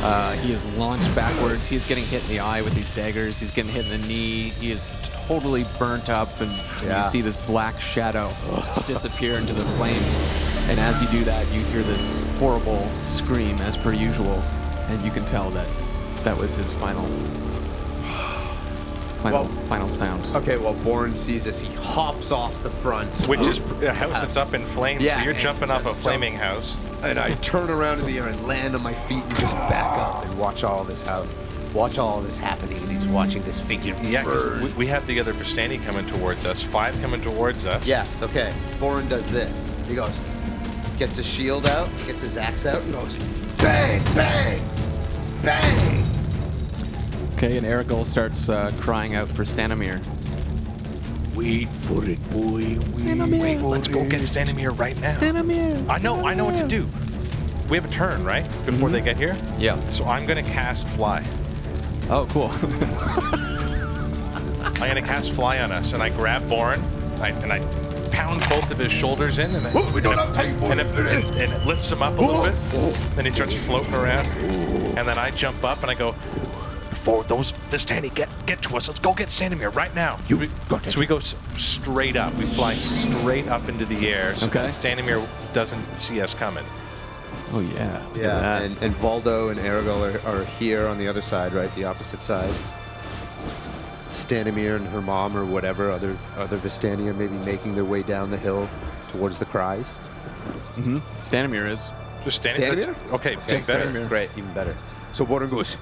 Speaker 2: uh, he is launched backwards. He's getting hit in the eye with these daggers. He's getting hit in the knee. He is totally burnt up, and
Speaker 8: Yeah.
Speaker 2: you see this black shadow disappear into the flames. And as you do that, you hear this horrible scream, as per usual, and you can tell that that was his final, final,
Speaker 8: Well-
Speaker 2: final sound.
Speaker 8: Okay, well, Bourne sees this. He hops off the front.
Speaker 4: Which is a house that's up in flames,
Speaker 8: Yeah,
Speaker 4: so you're
Speaker 8: and
Speaker 4: jumping off a flaming house.
Speaker 8: And I turn around in the air and land on my feet and just back up and watch all this house. Watch all this happening. And he's watching this figure
Speaker 4: Yeah, 'cause
Speaker 8: burn.
Speaker 4: we, we have the other Bristani coming towards us, five coming towards us.
Speaker 8: Yes, okay. Boren does this. He goes, gets his shield out, gets his axe out, and goes, bang, bang, bang.
Speaker 2: Okay, and Aragol starts uh, crying out for Stanimir.
Speaker 3: Wait for it, boy. Wait.
Speaker 4: Wait, let's go get Stanimir right now.
Speaker 2: Stanimir!
Speaker 4: I know, I know what to do. We have a turn, right?
Speaker 8: Mm-hmm.
Speaker 4: Before they get here?
Speaker 2: Yeah.
Speaker 4: So I'm gonna cast fly.
Speaker 2: Oh, cool.
Speaker 4: I'm gonna cast fly on us, and I grab Boren, I, and I pound both of his shoulders in, and, I,
Speaker 8: Whoa, we don't
Speaker 4: and,
Speaker 8: have time for
Speaker 4: and, it, and,
Speaker 8: it.
Speaker 4: and it lifts him up a little bit. Then he starts floating around, and then I jump up and I go, "Before those this Tandy get get to us, let's go get Standimir right now." You
Speaker 3: got it.
Speaker 4: So we go s- straight up. We fly straight up into the air, so
Speaker 2: Okay.
Speaker 4: that Standimir doesn't see us coming.
Speaker 2: oh, yeah. Look at
Speaker 8: Yeah,
Speaker 2: that.
Speaker 8: and, and Valdo and Aragol are, are here on the other side, right? The opposite side. Stanimir and her mom, or whatever, other other Vistani are maybe making their way down the hill towards the cries.
Speaker 2: Stanimir is.
Speaker 4: Just Standimir. that's-
Speaker 8: Stanimir?
Speaker 4: Okay,
Speaker 2: It's
Speaker 4: okay,
Speaker 2: just
Speaker 4: better.
Speaker 2: Stanimir.
Speaker 8: Great, even better. So Boren goes,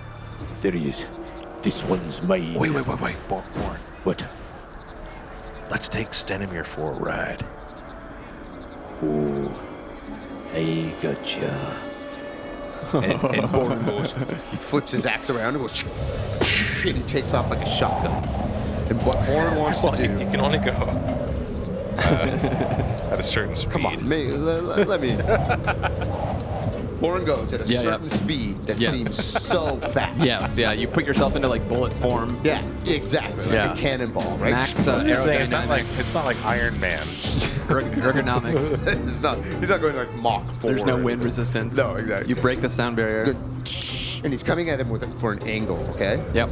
Speaker 3: There he is. This one's mine.
Speaker 4: Wait, wait, wait, wait, Bor- Boren.
Speaker 3: What?
Speaker 4: Let's take Stanimir for a ride.
Speaker 3: Oh, I gotcha.
Speaker 8: and, and Boren goes, he flips his axe around and goes, and he takes off like a shotgun. And what Boren wants to
Speaker 4: Well, you, you
Speaker 8: do,
Speaker 4: can only go uh, at a certain speed.
Speaker 8: come on, me, let, let- let me. Boren goes at a
Speaker 2: Yeah, yeah.
Speaker 8: certain speed that
Speaker 2: Yes.
Speaker 8: seems so fast.
Speaker 2: Yes, yeah. You put yourself into like bullet form.
Speaker 8: Yeah, exactly. Like
Speaker 2: Yeah.
Speaker 8: a cannonball, right?
Speaker 2: Max uh,
Speaker 4: You're saying it's not like
Speaker 2: aerodynamics,
Speaker 4: it's not like Iron Man.
Speaker 2: erg- ergonomics.
Speaker 8: it's not, he's not going like Mach 4.
Speaker 2: There's no wind resistance.
Speaker 8: No, exactly.
Speaker 2: You break the sound barrier.
Speaker 8: And he's coming at him with a, for an angle, okay?
Speaker 2: Yep.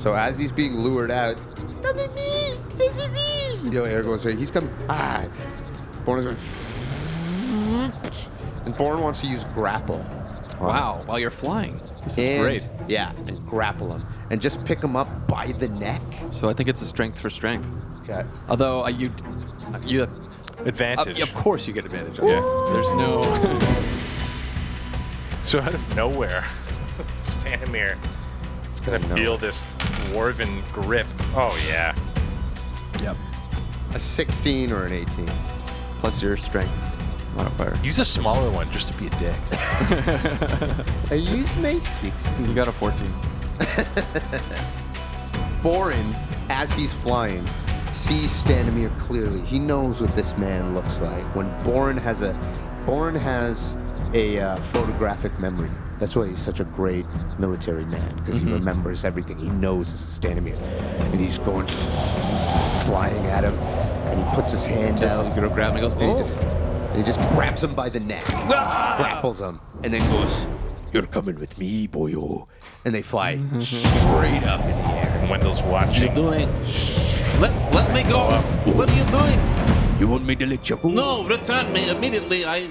Speaker 8: So as he's being lured out, "Look at me, look at me," you know, Aragorn goes, he's coming. Ah, Born is going. And Born wants to use grapple.
Speaker 2: Wow. While you're flying. This is
Speaker 8: And-
Speaker 2: great.
Speaker 8: Yeah, and grapple him, and just pick him up by the neck.
Speaker 2: So I think it's a strength for strength.
Speaker 8: Okay.
Speaker 2: Although uh, you, you, uh,
Speaker 4: Advantage.
Speaker 2: of course you get advantage. On
Speaker 4: Yeah.
Speaker 2: it. There's no.
Speaker 4: So out of nowhere, Stanimir is gonna feel this dwarven grip. Oh yeah.
Speaker 2: yep.
Speaker 8: A 16 or an 18.
Speaker 2: Plus your strength modifier.
Speaker 4: Use a smaller one just to be a dick.
Speaker 8: I use my
Speaker 2: You
Speaker 8: 16.
Speaker 2: got a 14.
Speaker 8: Borin, as he's flying, sees Stanimir clearly. He knows what this man looks like. When Borin has a, Borin has a uh, photographic memory. That's why he's such a great military man because
Speaker 2: Mm-hmm.
Speaker 8: he remembers everything. He knows this is Stanimir, and he's going flying at him, and he puts his hand
Speaker 2: Just
Speaker 8: out.
Speaker 2: you go grab him and goes,
Speaker 8: And
Speaker 2: "Oh." Ah!
Speaker 8: he just, and he just grabs him by the neck, grapples him, and then goes,
Speaker 3: You're coming with me, boyo.
Speaker 8: and they fly
Speaker 2: Mm-hmm.
Speaker 8: straight up in the air.
Speaker 4: And Wendell's watching.
Speaker 9: doing? Let, let me go. What are you doing?
Speaker 3: You want me to let you go?
Speaker 9: No, return me immediately. I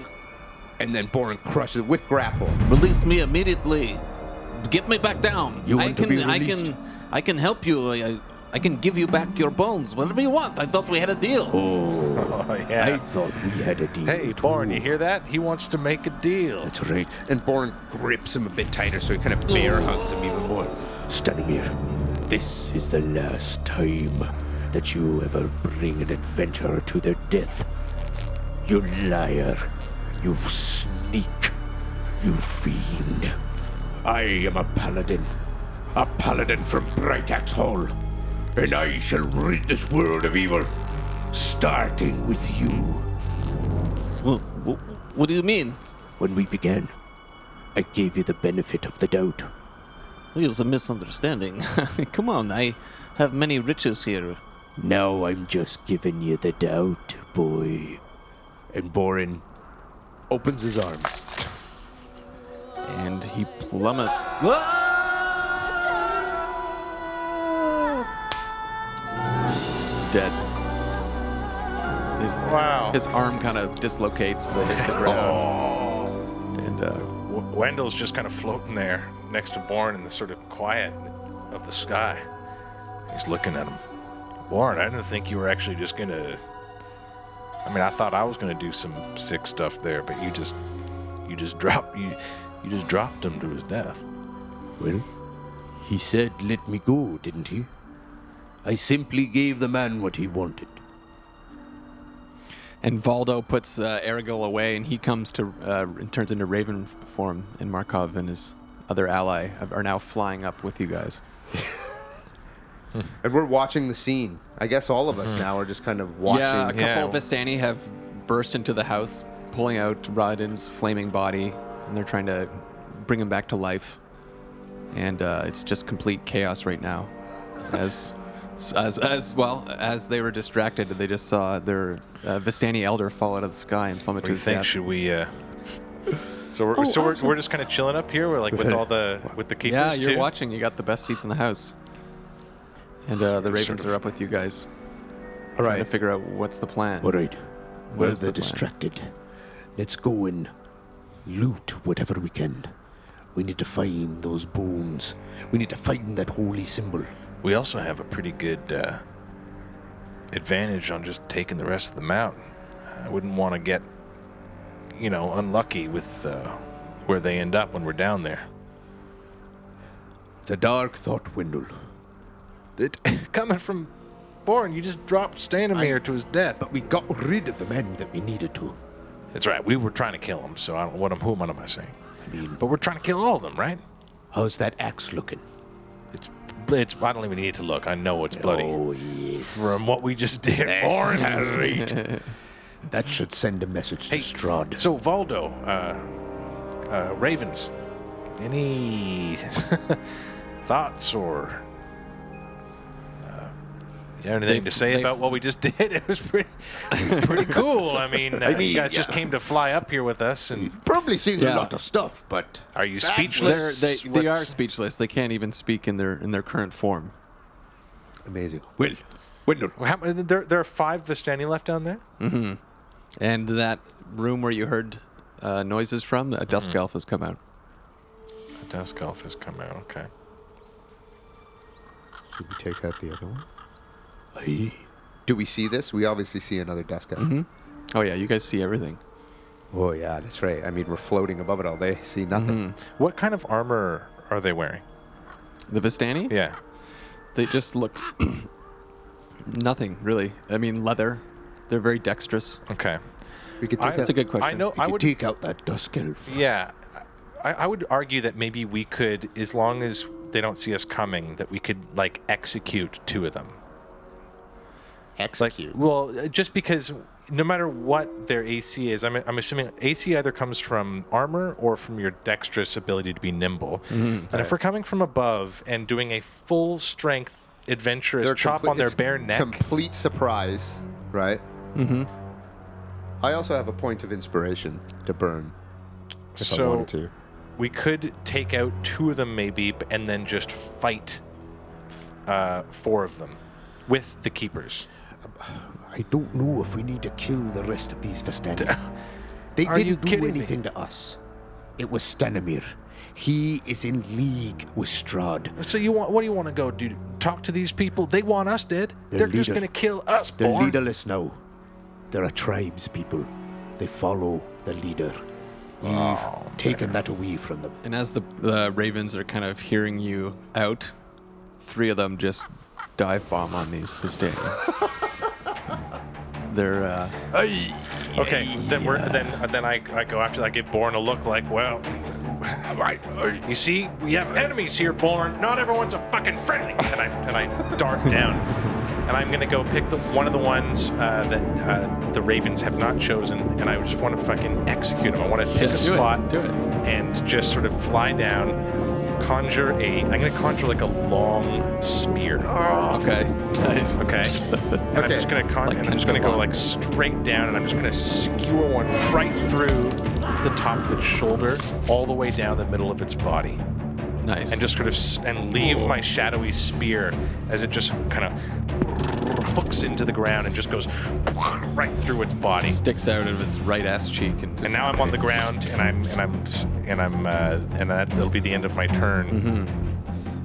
Speaker 8: And then Borin crushes it with grapple.
Speaker 9: release me immediately. Get me back down.
Speaker 3: You
Speaker 9: I
Speaker 3: want to
Speaker 9: can
Speaker 3: be
Speaker 9: I
Speaker 3: released?
Speaker 9: can I can help you. I, I, I can give you back your bones, whatever you want. I thought we had a deal.
Speaker 4: Oh, yeah.
Speaker 3: I thought we had a deal.
Speaker 4: hey, Torn, you hear that? He wants to make a deal.
Speaker 3: That's right.
Speaker 8: And Bourne grips him a bit tighter, so he kind of bear hugs him even more.
Speaker 3: Standing here, this is the last time that you ever bring an adventurer to their death. You liar. You sneak. You fiend. I am a paladin. A paladin from Bright Axe Hall. And I shall rid this world of evil, starting with you.
Speaker 9: Wh- wh- What do you mean?
Speaker 3: When we began, I gave you the benefit of the doubt.
Speaker 9: It was a misunderstanding. Come on, I have many riches here.
Speaker 3: Now I'm just giving you the doubt, boy.
Speaker 6: And Borin opens his arms.
Speaker 2: And he plummets. Dead. His,
Speaker 4: Wow.
Speaker 2: his arm kind of dislocates as it hits the ground. And uh,
Speaker 4: W- Wendell's just kind of floating there next to Bourne in the sort of quiet of the sky. He's looking at him. Bourne, I didn't think you were actually just going to. I mean, I thought I was going to do some sick stuff there, but you just. You just dropped. You, you just dropped him to his death.
Speaker 6: Well, he said, let me go, didn't he? I simply gave the man what he wanted.
Speaker 2: and Valdo puts uh, Aragil away, and he comes to uh, and turns into Raven form. And Markov and his other ally are now flying up with you guys.
Speaker 8: And we're watching the scene. I guess all of us now are just kind of watching.
Speaker 2: Hmm. Yeah, a couple
Speaker 4: Yeah.
Speaker 2: of Vistani have burst into the house, pulling out Rodin's flaming body, and they're trying to bring him back to life. And uh, it's just complete chaos right now, as as as well as they were distracted, they just saw their uh, Vistani elder fall out of the sky and plummet to
Speaker 4: What do you
Speaker 2: his
Speaker 4: think?
Speaker 2: death.
Speaker 4: Should we? Uh, so we're so we're, we're just kind of chilling up here. We're like with all the with the keepers
Speaker 2: yeah, you're
Speaker 4: too.
Speaker 2: watching. You got the best seats in the house, and uh, the Ravens
Speaker 4: of-
Speaker 2: are up with you guys,
Speaker 8: All
Speaker 2: trying
Speaker 8: right.
Speaker 2: to figure out what's the plan.
Speaker 3: All right. Well,
Speaker 2: is
Speaker 3: they're
Speaker 2: the plan?
Speaker 3: distracted. Let's go and loot whatever we can. We need to find those bones. We need to find that holy symbol.
Speaker 4: We also have a pretty good uh, advantage on just taking the rest of them out. I wouldn't want to get, you know, unlucky with uh, where they end up when we're down there.
Speaker 6: It's a dark thought, Wendell.
Speaker 4: It, coming from Bourne, you just dropped Stanimir to his death.
Speaker 3: We got rid of the men that we needed to.
Speaker 4: That's right. We were trying to kill him, so I don't. What am? Who am I, am I saying?
Speaker 3: I mean,
Speaker 4: But we're trying to kill all of them, right?
Speaker 3: how's that axe looking?
Speaker 4: It's. It's. I don't even need to look. I know it's bloody.
Speaker 3: Oh, yes.
Speaker 4: From what we just did, Bourne.
Speaker 3: That should send a message
Speaker 4: Hey,
Speaker 3: to Strahd.
Speaker 4: So Valdo, uh, uh, Ravens, any thoughts or uh, you have anything
Speaker 2: They've-
Speaker 4: to say about
Speaker 2: they've-
Speaker 4: what we just did? It was pretty, pretty cool. I mean, uh, you
Speaker 8: mean,
Speaker 4: guys just
Speaker 8: yeah.
Speaker 4: came to fly up here with us, and
Speaker 8: Probably seen
Speaker 2: Yeah.
Speaker 8: a lot of stuff, but
Speaker 4: are you
Speaker 2: They're,
Speaker 4: speechless?
Speaker 2: they they are
Speaker 4: What's-
Speaker 2: speechless. They can't even speak in their in their current form.
Speaker 8: amazing.
Speaker 6: Well, Wendell,
Speaker 4: How, many- there, there are five Vistani left down there.
Speaker 2: And that room where you heard uh, noises from, a dusk
Speaker 4: Mm-hmm.
Speaker 2: elf has come out.
Speaker 4: The Dusk Elf has come out. Okay.
Speaker 8: Did we take out the other one?
Speaker 3: Aye.
Speaker 8: Do we see this? We obviously see another desk. elf.
Speaker 2: Oh yeah, you guys see everything.
Speaker 8: Oh yeah, that's right. I mean, we're floating above it all. They see nothing.
Speaker 2: Mm-hmm.
Speaker 4: What kind of armor are they wearing?
Speaker 2: The Vistani,
Speaker 4: Yeah.
Speaker 2: they just looked nothing really. I mean, leather. They're very dexterous.
Speaker 4: Okay.
Speaker 8: We could
Speaker 4: I-
Speaker 8: take out.
Speaker 2: That's a good question.
Speaker 4: I know.
Speaker 3: You
Speaker 4: I
Speaker 3: could
Speaker 4: would
Speaker 3: take out that dusk elf.
Speaker 4: Yeah, I, I would argue that maybe we could, as long as they don't see us coming, that we could like execute two of them. Like,
Speaker 8: execute.
Speaker 4: well, uh, just because no matter what their AC is, I'm, I'm assuming AC either comes from armor or from your dexterous ability to be nimble.
Speaker 8: Mm-hmm.
Speaker 4: and if we're coming from above and doing a full strength adventurous chop
Speaker 8: complete-
Speaker 4: on their
Speaker 8: it's
Speaker 4: bare neck,
Speaker 8: Complete surprise, right? Mm-hmm. I also have a point of inspiration to burn.
Speaker 10: if I
Speaker 4: so
Speaker 10: wanted to.
Speaker 4: we could take out two of them maybe, b- and then just fight uh, four of them with the keepers.
Speaker 3: I don't know if we need to kill the rest of these Vistani. They
Speaker 4: Are you
Speaker 3: didn't do
Speaker 4: kidding me?
Speaker 3: anything to us. It was Stanimir. He is in league with Strahd.
Speaker 4: So you want? What do you want to go do? Talk to these people? They want us dead.
Speaker 3: Their
Speaker 4: They're just
Speaker 3: leader.
Speaker 4: gonna kill us,
Speaker 3: They're
Speaker 4: Born.
Speaker 3: leaderless now. There are tribes people. They follow the leader. We've
Speaker 4: Oh,
Speaker 3: taken that away from them.
Speaker 2: And as the the ravens are kind of hearing you out, three of them just dive bomb on these hysteria. They're uh,
Speaker 4: Okay, then we're then then I, I go after that. I give Born a look like, well, I, you see, we have enemies here, Born. Not everyone's a fucking friendly. And I and I dart down, and I'm gonna go pick the one of the ones uh, that uh, the Ravens have not chosen, and I just want to fucking execute them. I want to pick a
Speaker 2: do it,
Speaker 4: spot,
Speaker 2: do it.
Speaker 4: and just sort of fly down, conjure a. I'm gonna conjure like a long spear.
Speaker 2: okay. Nice.
Speaker 4: Okay. And I'm
Speaker 8: Okay.
Speaker 4: just gonna con-
Speaker 2: Like
Speaker 4: and
Speaker 2: 10
Speaker 4: I'm just gonna
Speaker 2: foot
Speaker 4: go
Speaker 2: long.
Speaker 4: like straight down, and I'm just gonna skewer one right through the top of its shoulder, all the way down the middle of its body,
Speaker 2: Nice.
Speaker 4: and just sort of s- and leave my shadowy spear as it just kind of hooks into the ground and just goes right through its body.
Speaker 2: sticks out of its right ass cheek and.
Speaker 4: And now I'm on the ground, and I'm and I'm s- and I'm uh, and that, that'll be the end of my turn.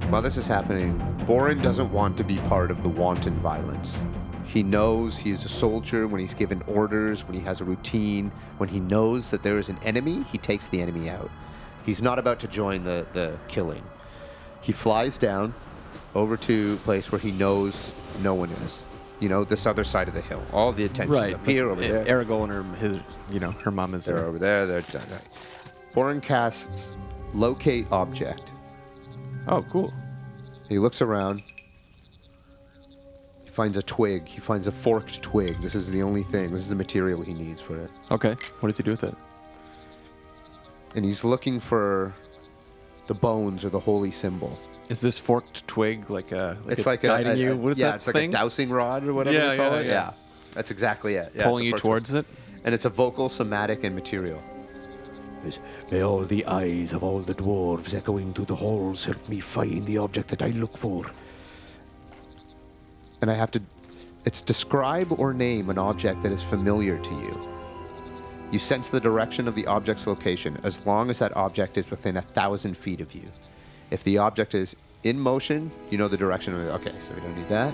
Speaker 8: While this is happening, Boren doesn't want to be part of the wanton violence. He knows he's a soldier when he's given orders, when he has a routine, when he knows that there is an enemy, he takes the enemy out. He's not about to join the, the killing. He flies down over to a place where he knows no one is. You know, this other side of the hill. All the attention's
Speaker 2: right
Speaker 8: up here,
Speaker 2: but
Speaker 8: over
Speaker 2: E-
Speaker 8: there.
Speaker 2: Aragorn or his, you know, her mom is
Speaker 8: They're
Speaker 2: there.
Speaker 8: over there. They're done. Boren casts locate object.
Speaker 2: Oh, cool.
Speaker 8: He looks around. He finds a twig. He finds a forked twig. This is the only thing. This is the material he needs for it.
Speaker 2: Okay. What does he do with it?
Speaker 8: And he's looking for the bones or the holy symbol.
Speaker 2: Is this forked twig like a? Like
Speaker 8: It's, like a-
Speaker 2: guiding
Speaker 8: a,
Speaker 2: you.
Speaker 8: a-
Speaker 2: What is
Speaker 8: yeah,
Speaker 2: that
Speaker 8: it's like
Speaker 2: thing?
Speaker 8: a dowsing rod or whatever
Speaker 2: Yeah,
Speaker 8: they call
Speaker 2: yeah,
Speaker 8: it.
Speaker 2: yeah.
Speaker 8: Yeah. that's exactly it. Yeah,
Speaker 2: Pulling
Speaker 8: it's a
Speaker 2: you
Speaker 8: forked
Speaker 2: towards it.
Speaker 8: twig. And it's a vocal, somatic, and material.
Speaker 3: Yes. May all the eyes of all the dwarves echoing through the halls help me find the object that I look for.
Speaker 8: And I have to. It's describe or name an object that is familiar to you. You sense the direction of the object's location as long as that object is within a thousand feet of you. If the object is in motion, you know the direction of it. Okay, so we don't need that.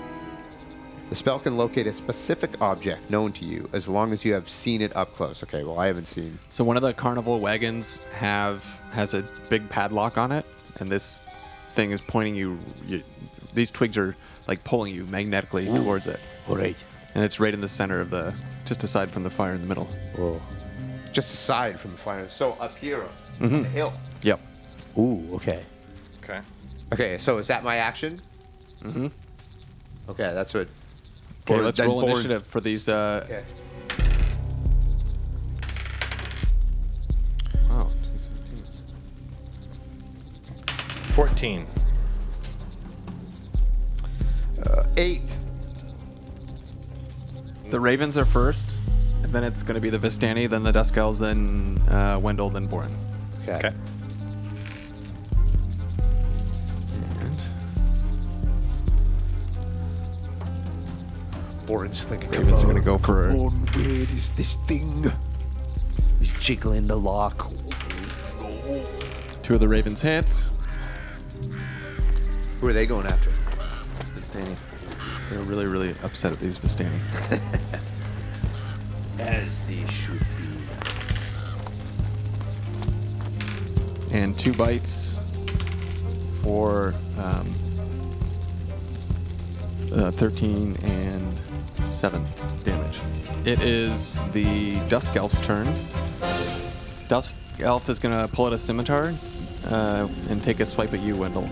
Speaker 8: The spell can locate a specific object known to you as long as you have seen it up close. Okay, well, I haven't seen.
Speaker 2: So one of the carnival wagons have has a big padlock on it, and this thing is pointing you. you these twigs are like pulling you magnetically towards it,
Speaker 3: All right.
Speaker 2: and it's right in the center of the, just aside from the fire in the middle.
Speaker 8: Just aside from the final. So up here,
Speaker 2: Mm-hmm.
Speaker 8: the hill.
Speaker 2: Yep.
Speaker 3: Ooh, okay.
Speaker 4: Okay.
Speaker 8: Okay, so is that my action? Mm-hmm. Okay, that's what.
Speaker 2: Okay,
Speaker 8: Or
Speaker 2: let's
Speaker 8: then
Speaker 2: roll
Speaker 8: Boren-
Speaker 2: initiative for these. Uh,
Speaker 8: Okay.
Speaker 2: wow.
Speaker 4: Fourteen.
Speaker 8: Eight.
Speaker 2: The ravens are first, and then it's going to be the Vistani, then the Dusk Elves, then uh, Wendell, then Boren.
Speaker 4: Okay.
Speaker 3: Boren's thinking.
Speaker 2: Ravens are going to go for.
Speaker 3: Born, where is this thing? He's jiggling the lock.
Speaker 2: Two of the Ravens hit.
Speaker 8: Who are they going after?
Speaker 2: Vistani. They're really, really upset at these Vistani.
Speaker 3: As they should be.
Speaker 2: And two bites for um, uh, 13 and 7 damage. It is the Dusk Elf's turn. Dusk Elf is going to pull out a scimitar uh, and take a swipe at you, Wendell.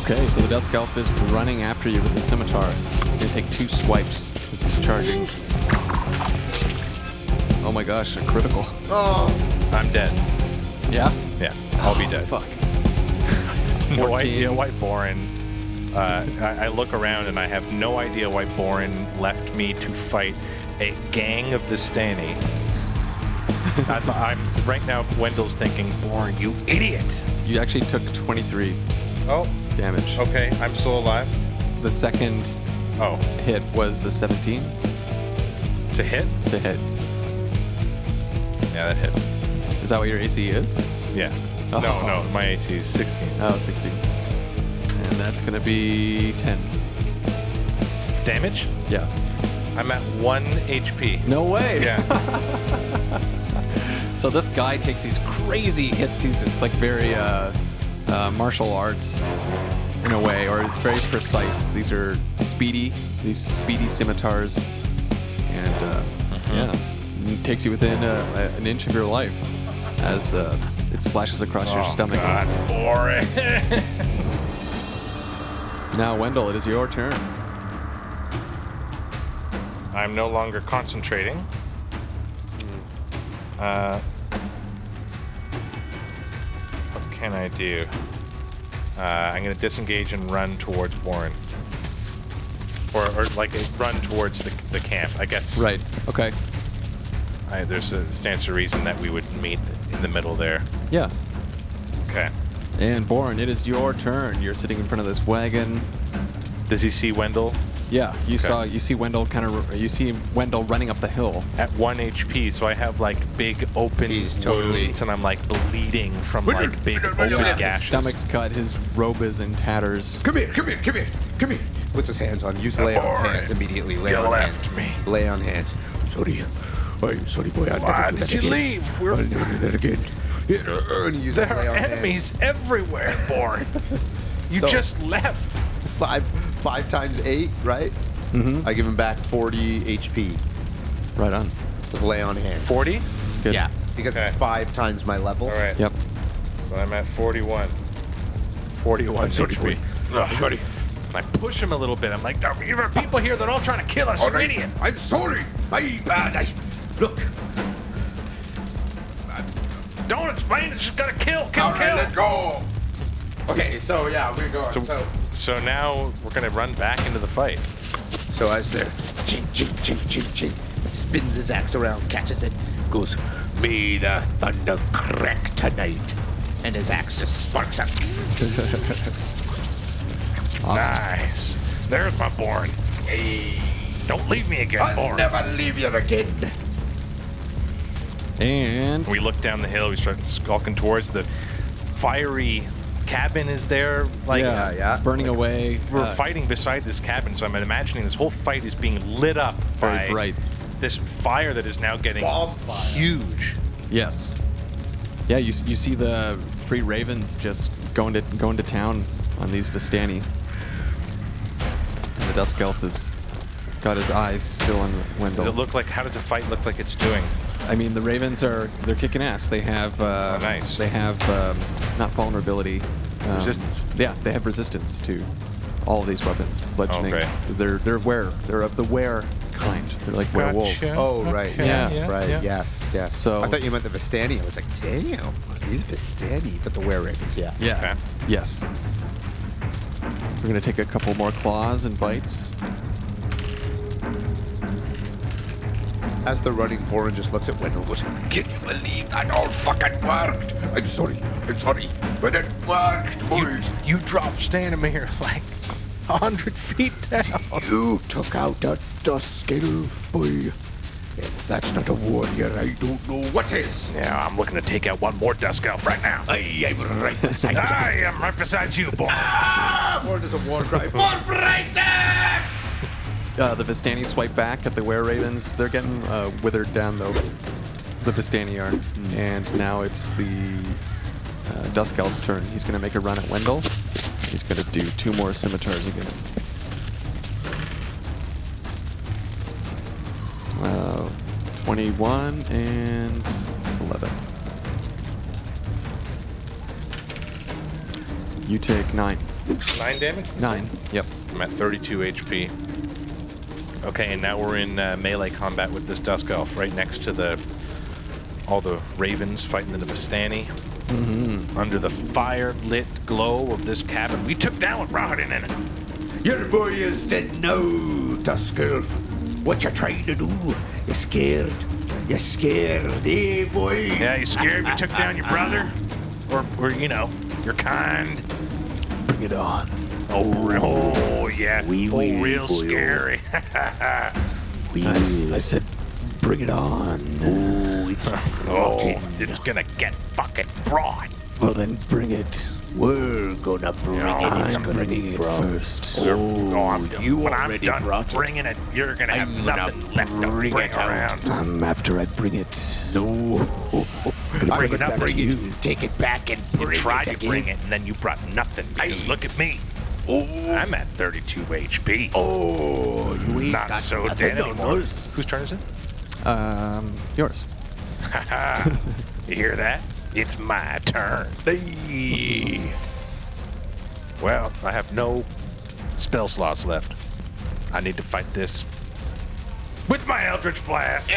Speaker 2: Okay, so the Dusk Elf is running after you with the scimitar. He's going to take two swipes as he's charging. Oh my gosh, a critical.
Speaker 4: I'm dead.
Speaker 2: Yeah?
Speaker 4: Yeah, I'll be dead.
Speaker 2: Fuck.
Speaker 4: no
Speaker 2: 14.
Speaker 4: idea why Boren. Uh, I, I look around and I have no idea why Boren left me to fight a gang of Vistani. I'm, I'm right now. Wendell's thinking, Boren, you idiot.
Speaker 2: You actually took 23
Speaker 4: Oh,
Speaker 2: damage.
Speaker 4: okay. I'm still alive.
Speaker 2: The second
Speaker 4: Oh,
Speaker 2: hit was a 17
Speaker 4: to hit?
Speaker 2: to hit.
Speaker 4: Yeah, that hits.
Speaker 2: Is that what your AC is?
Speaker 4: Yeah. No, no, my AC is 16.
Speaker 2: Oh, 16. And that's going to be 10.
Speaker 4: Damage?
Speaker 2: Yeah.
Speaker 4: I'm at 1 HP.
Speaker 2: No way.
Speaker 4: Yeah.
Speaker 2: So this guy takes these crazy hits. He's it's like very uh, uh, martial arts in a way, or it's very precise. These are speedy, these speedy scimitars, and uh,
Speaker 4: Mm-hmm.
Speaker 2: yeah, it takes you within uh, an inch of your life as uh, it slashes across your stomach.
Speaker 4: Oh, God, boring.
Speaker 2: Now, Wendell, it is your turn.
Speaker 4: I'm no longer concentrating. Uh, what can I do? Uh, I'm gonna disengage and run towards Warren, or, or like run towards the, the camp. I guess.
Speaker 2: Right. Okay.
Speaker 4: I, there's a stance to reason that we would meet in the middle there.
Speaker 2: Yeah.
Speaker 4: Okay.
Speaker 2: And Boren, it is your turn. You're sitting in front of this wagon.
Speaker 4: Does he see Wendell?
Speaker 2: Yeah. You
Speaker 4: Okay.
Speaker 2: saw. You see Wendell kind of. You see Wendell running up the hill.
Speaker 4: At one HP, so I have like big open
Speaker 8: He's totally-
Speaker 4: wounds, and I'm like bleeding from like big open
Speaker 2: His
Speaker 4: gashes.
Speaker 2: stomach's cut. His robe is in tatters.
Speaker 3: Come here, come here, come here, come here.
Speaker 8: Puts his hands on. Use lay on hands immediately. Lay
Speaker 4: You
Speaker 8: on
Speaker 4: left
Speaker 8: hands.
Speaker 4: me.
Speaker 8: Lay on hands.
Speaker 3: Sorry. I'm sorry, boy. I'll never
Speaker 4: Why
Speaker 3: do
Speaker 4: did
Speaker 3: that
Speaker 4: you
Speaker 3: again.
Speaker 4: leave? We're
Speaker 3: I'll never do that again. Yeah,
Speaker 8: And use
Speaker 4: There
Speaker 8: lay
Speaker 4: are
Speaker 8: on hands.
Speaker 4: enemies everywhere, Boren. You
Speaker 8: So-
Speaker 4: just left.
Speaker 8: Five, five times eight, right? Mm-hmm. I give him back 40 HP
Speaker 2: Right on.
Speaker 8: with lay on hands.
Speaker 4: 40?
Speaker 2: It's good.
Speaker 8: Yeah, because
Speaker 4: Okay.
Speaker 8: it's five times my level.
Speaker 4: All right.
Speaker 2: Yep.
Speaker 4: So I'm at 41. 41
Speaker 3: I'm sorry, boy.
Speaker 4: Ugh. I push him a little bit. I'm like, there are people here that are all trying to kill us.
Speaker 3: All
Speaker 4: You're
Speaker 3: right.
Speaker 4: idiot.
Speaker 3: I'm sorry. My bad. I, look.
Speaker 4: Don't explain it. Just gotta kill, kill,
Speaker 3: All right,
Speaker 4: kill.
Speaker 3: let go.
Speaker 8: Okay, so yeah, we're going. So, so,
Speaker 4: so now we're gonna run back into the fight.
Speaker 8: I was there. Ching, ching, ching, ching, ching. Spins his axe around, catches it.
Speaker 3: Goes. May the thunder crack tonight. And his axe just sparks up.
Speaker 4: Nice. There's my Boren. Don't leave me again,
Speaker 3: I'll
Speaker 4: Boren.
Speaker 3: never leave you again.
Speaker 2: And
Speaker 4: We look down the hill. We start skulking towards the fiery cabin. Is there like
Speaker 2: yeah,
Speaker 8: yeah.
Speaker 2: burning away.
Speaker 4: we're
Speaker 2: uh,
Speaker 4: fighting beside this cabin? So I'm imagining this whole fight is being lit up
Speaker 2: Very
Speaker 4: by
Speaker 2: bright.
Speaker 4: this fire that is now getting huge.
Speaker 2: Yes. Yeah. You s- you see the three ravens just going to going to town on these Vistani. And the Dusk Elf has got his eyes still on Wendell.
Speaker 4: Does it look like? How does the fight look like it's doing?
Speaker 2: I mean, the Ravens are they're kicking ass. They have uh,
Speaker 4: Oh, nice.
Speaker 2: They have um, not vulnerability. um,
Speaker 4: Resistance.
Speaker 2: Yeah, they have resistance to all of these weapons. Bludgeoning.
Speaker 4: Okay.
Speaker 2: They're they're were they're of the were kind. They're like werewolves.
Speaker 4: Gotcha.
Speaker 8: Oh, right.
Speaker 4: Okay,
Speaker 8: yes,
Speaker 2: yeah,
Speaker 8: right.
Speaker 4: yeah.
Speaker 8: Yes, yes.
Speaker 2: So-
Speaker 8: I thought you meant the Vistani. I was like, damn, he's Vistani, but the were ravens, yeah.
Speaker 2: Yeah.
Speaker 4: Okay.
Speaker 2: Yes. We're gonna take a couple more claws and bites.
Speaker 8: As they're running, Boren just looks at Wendell and goes,
Speaker 3: Can you believe that all fucking worked? I'm sorry. I'm sorry. But it worked, boy.
Speaker 4: You dropped Stanimir like hundred feet down.
Speaker 3: You took out a dusk elf, boy. If that's not a warrior, I don't know what is.
Speaker 4: Yeah, I'm looking to take out one more Dusk Elf right now.
Speaker 3: I am right beside you. Ah!
Speaker 4: I am right beside you, boy.
Speaker 8: Boren does a war cry.
Speaker 2: Uh, the Vistani swipe back at the Were Ravens. They're getting uh, withered down though. The Vistani are, and now it's the uh, Dusk Elf's turn. He's going to make a run at Wendell. He's going to do two more scimitars again. Uh, 21 and 11. You take nine.
Speaker 4: Nine damage.
Speaker 2: Nine. Yep.
Speaker 4: I'm at 32 HP. Okay, and now we're in uh, melee combat with this Dusk Elf right next to the all the ravens fighting the Vistani. Under the fire lit glow of this cabin, we took down with Rahadin in it.
Speaker 3: Your boy is dead now, dusk elf. What you trying to do? You scared? You scared, eh, boy?
Speaker 4: Yeah, you scared we took down your brother? Or, or you know, your kind?
Speaker 2: Bring it on.
Speaker 4: Oh, re- oh yeah.
Speaker 3: Wee
Speaker 4: oh,
Speaker 3: wee
Speaker 4: real
Speaker 3: boy.
Speaker 4: scary.
Speaker 3: We
Speaker 2: I, s- I said,
Speaker 3: Bring it on.
Speaker 4: Ooh, it's
Speaker 3: Oh.
Speaker 4: rotten. It's gonna get fucking brought.
Speaker 3: Well, then bring it. We're gonna bring it. It's
Speaker 4: I'm
Speaker 3: gonna
Speaker 4: bringing
Speaker 3: be brought. first.
Speaker 4: Oh, I'm,
Speaker 3: you
Speaker 4: when I'm
Speaker 3: already
Speaker 4: done
Speaker 3: brought it.
Speaker 4: bringing it, you're gonna have
Speaker 3: I'm gonna
Speaker 4: nothing left to bring,
Speaker 3: out.
Speaker 4: around.
Speaker 3: Um, after I bring it. No. Gonna
Speaker 4: Bring
Speaker 3: bring
Speaker 4: it
Speaker 3: it
Speaker 4: up,
Speaker 3: back
Speaker 4: bring
Speaker 3: to
Speaker 4: it.
Speaker 3: you. Take it back and
Speaker 4: You
Speaker 3: bring
Speaker 4: tried to
Speaker 3: it
Speaker 4: bring it, and then you brought nothing. Because look at me. I'm at 32 HP.
Speaker 3: Oh, you ain't
Speaker 4: Not
Speaker 3: got
Speaker 4: so
Speaker 3: nothing
Speaker 4: dead
Speaker 3: on
Speaker 4: anymore.
Speaker 3: us.
Speaker 4: Whose turn is it?
Speaker 2: Um, yours.
Speaker 4: You hear that? It's my turn. Hey. well, I have no spell slots left. I need to fight this with my Eldritch Blast.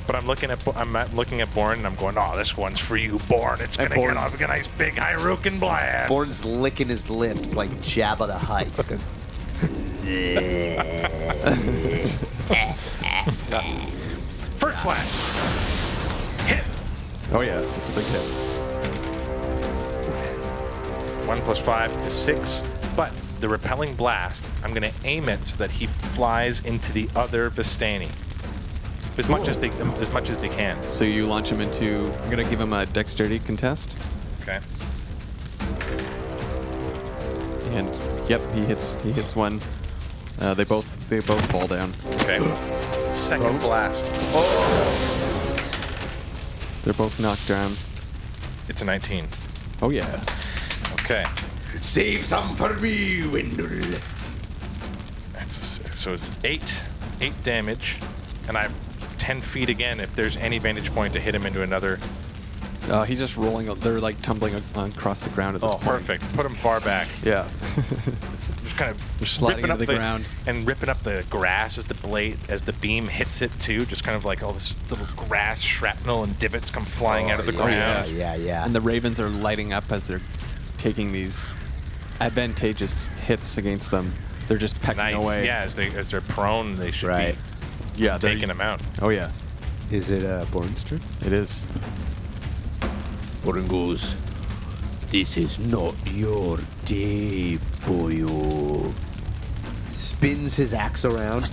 Speaker 4: but I'm looking at Bo- I'm at- looking at Born and I'm going, oh, this one's for you, Born. It's gonna
Speaker 8: And
Speaker 4: get
Speaker 8: Born's-
Speaker 4: off a nice big Hyrukin blast.
Speaker 8: Born's licking his lips like Jabba the Hutt.
Speaker 4: First blast.
Speaker 2: Oh yeah, it's a big hit.
Speaker 4: One plus five is six. But the repelling blast, I'm gonna aim it so that he flies into the other Vistani. As much as they as much as they can.
Speaker 2: So you launch him into. I'm gonna give him a dexterity contest,
Speaker 4: Okay.
Speaker 2: and yep, he hits. He hits one. Uh, they both. They both fall down.
Speaker 4: Okay. Second blast.
Speaker 2: They're both knocked down.
Speaker 4: It's a 19.
Speaker 2: Oh yeah.
Speaker 4: Okay.
Speaker 3: Save some for me, Wendell.
Speaker 4: That's a six. So it's eight, eight damage, and I have 10 feet again if there's any vantage point to hit him into another.
Speaker 2: Uh, he's just rolling. They're like tumbling a- across the ground at this
Speaker 4: Oh,
Speaker 2: point.
Speaker 4: perfect. Put him far back.
Speaker 2: Yeah.
Speaker 4: Just kind of
Speaker 2: Just sliding
Speaker 4: ripping
Speaker 2: into
Speaker 4: up
Speaker 2: the ground.
Speaker 4: and ripping up the grass as the blade as the beam hits it too. Just kind of like all this little grass shrapnel and divots come flying out of the
Speaker 2: Oh, yeah.
Speaker 4: ground.
Speaker 8: Oh, yeah, yeah.
Speaker 2: and the ravens are lighting up as they're taking these advantageous hits against them. They're just pecking
Speaker 4: Nice.
Speaker 2: away.
Speaker 4: Yeah, as they as they're prone, they should
Speaker 8: Right.
Speaker 4: be
Speaker 2: Yeah. They're
Speaker 4: taking him out.
Speaker 2: Oh yeah.
Speaker 8: Is it uh, Born's turn?
Speaker 2: It is.
Speaker 3: Orin goes, This is not your day, boyo.
Speaker 8: Spins his axe around.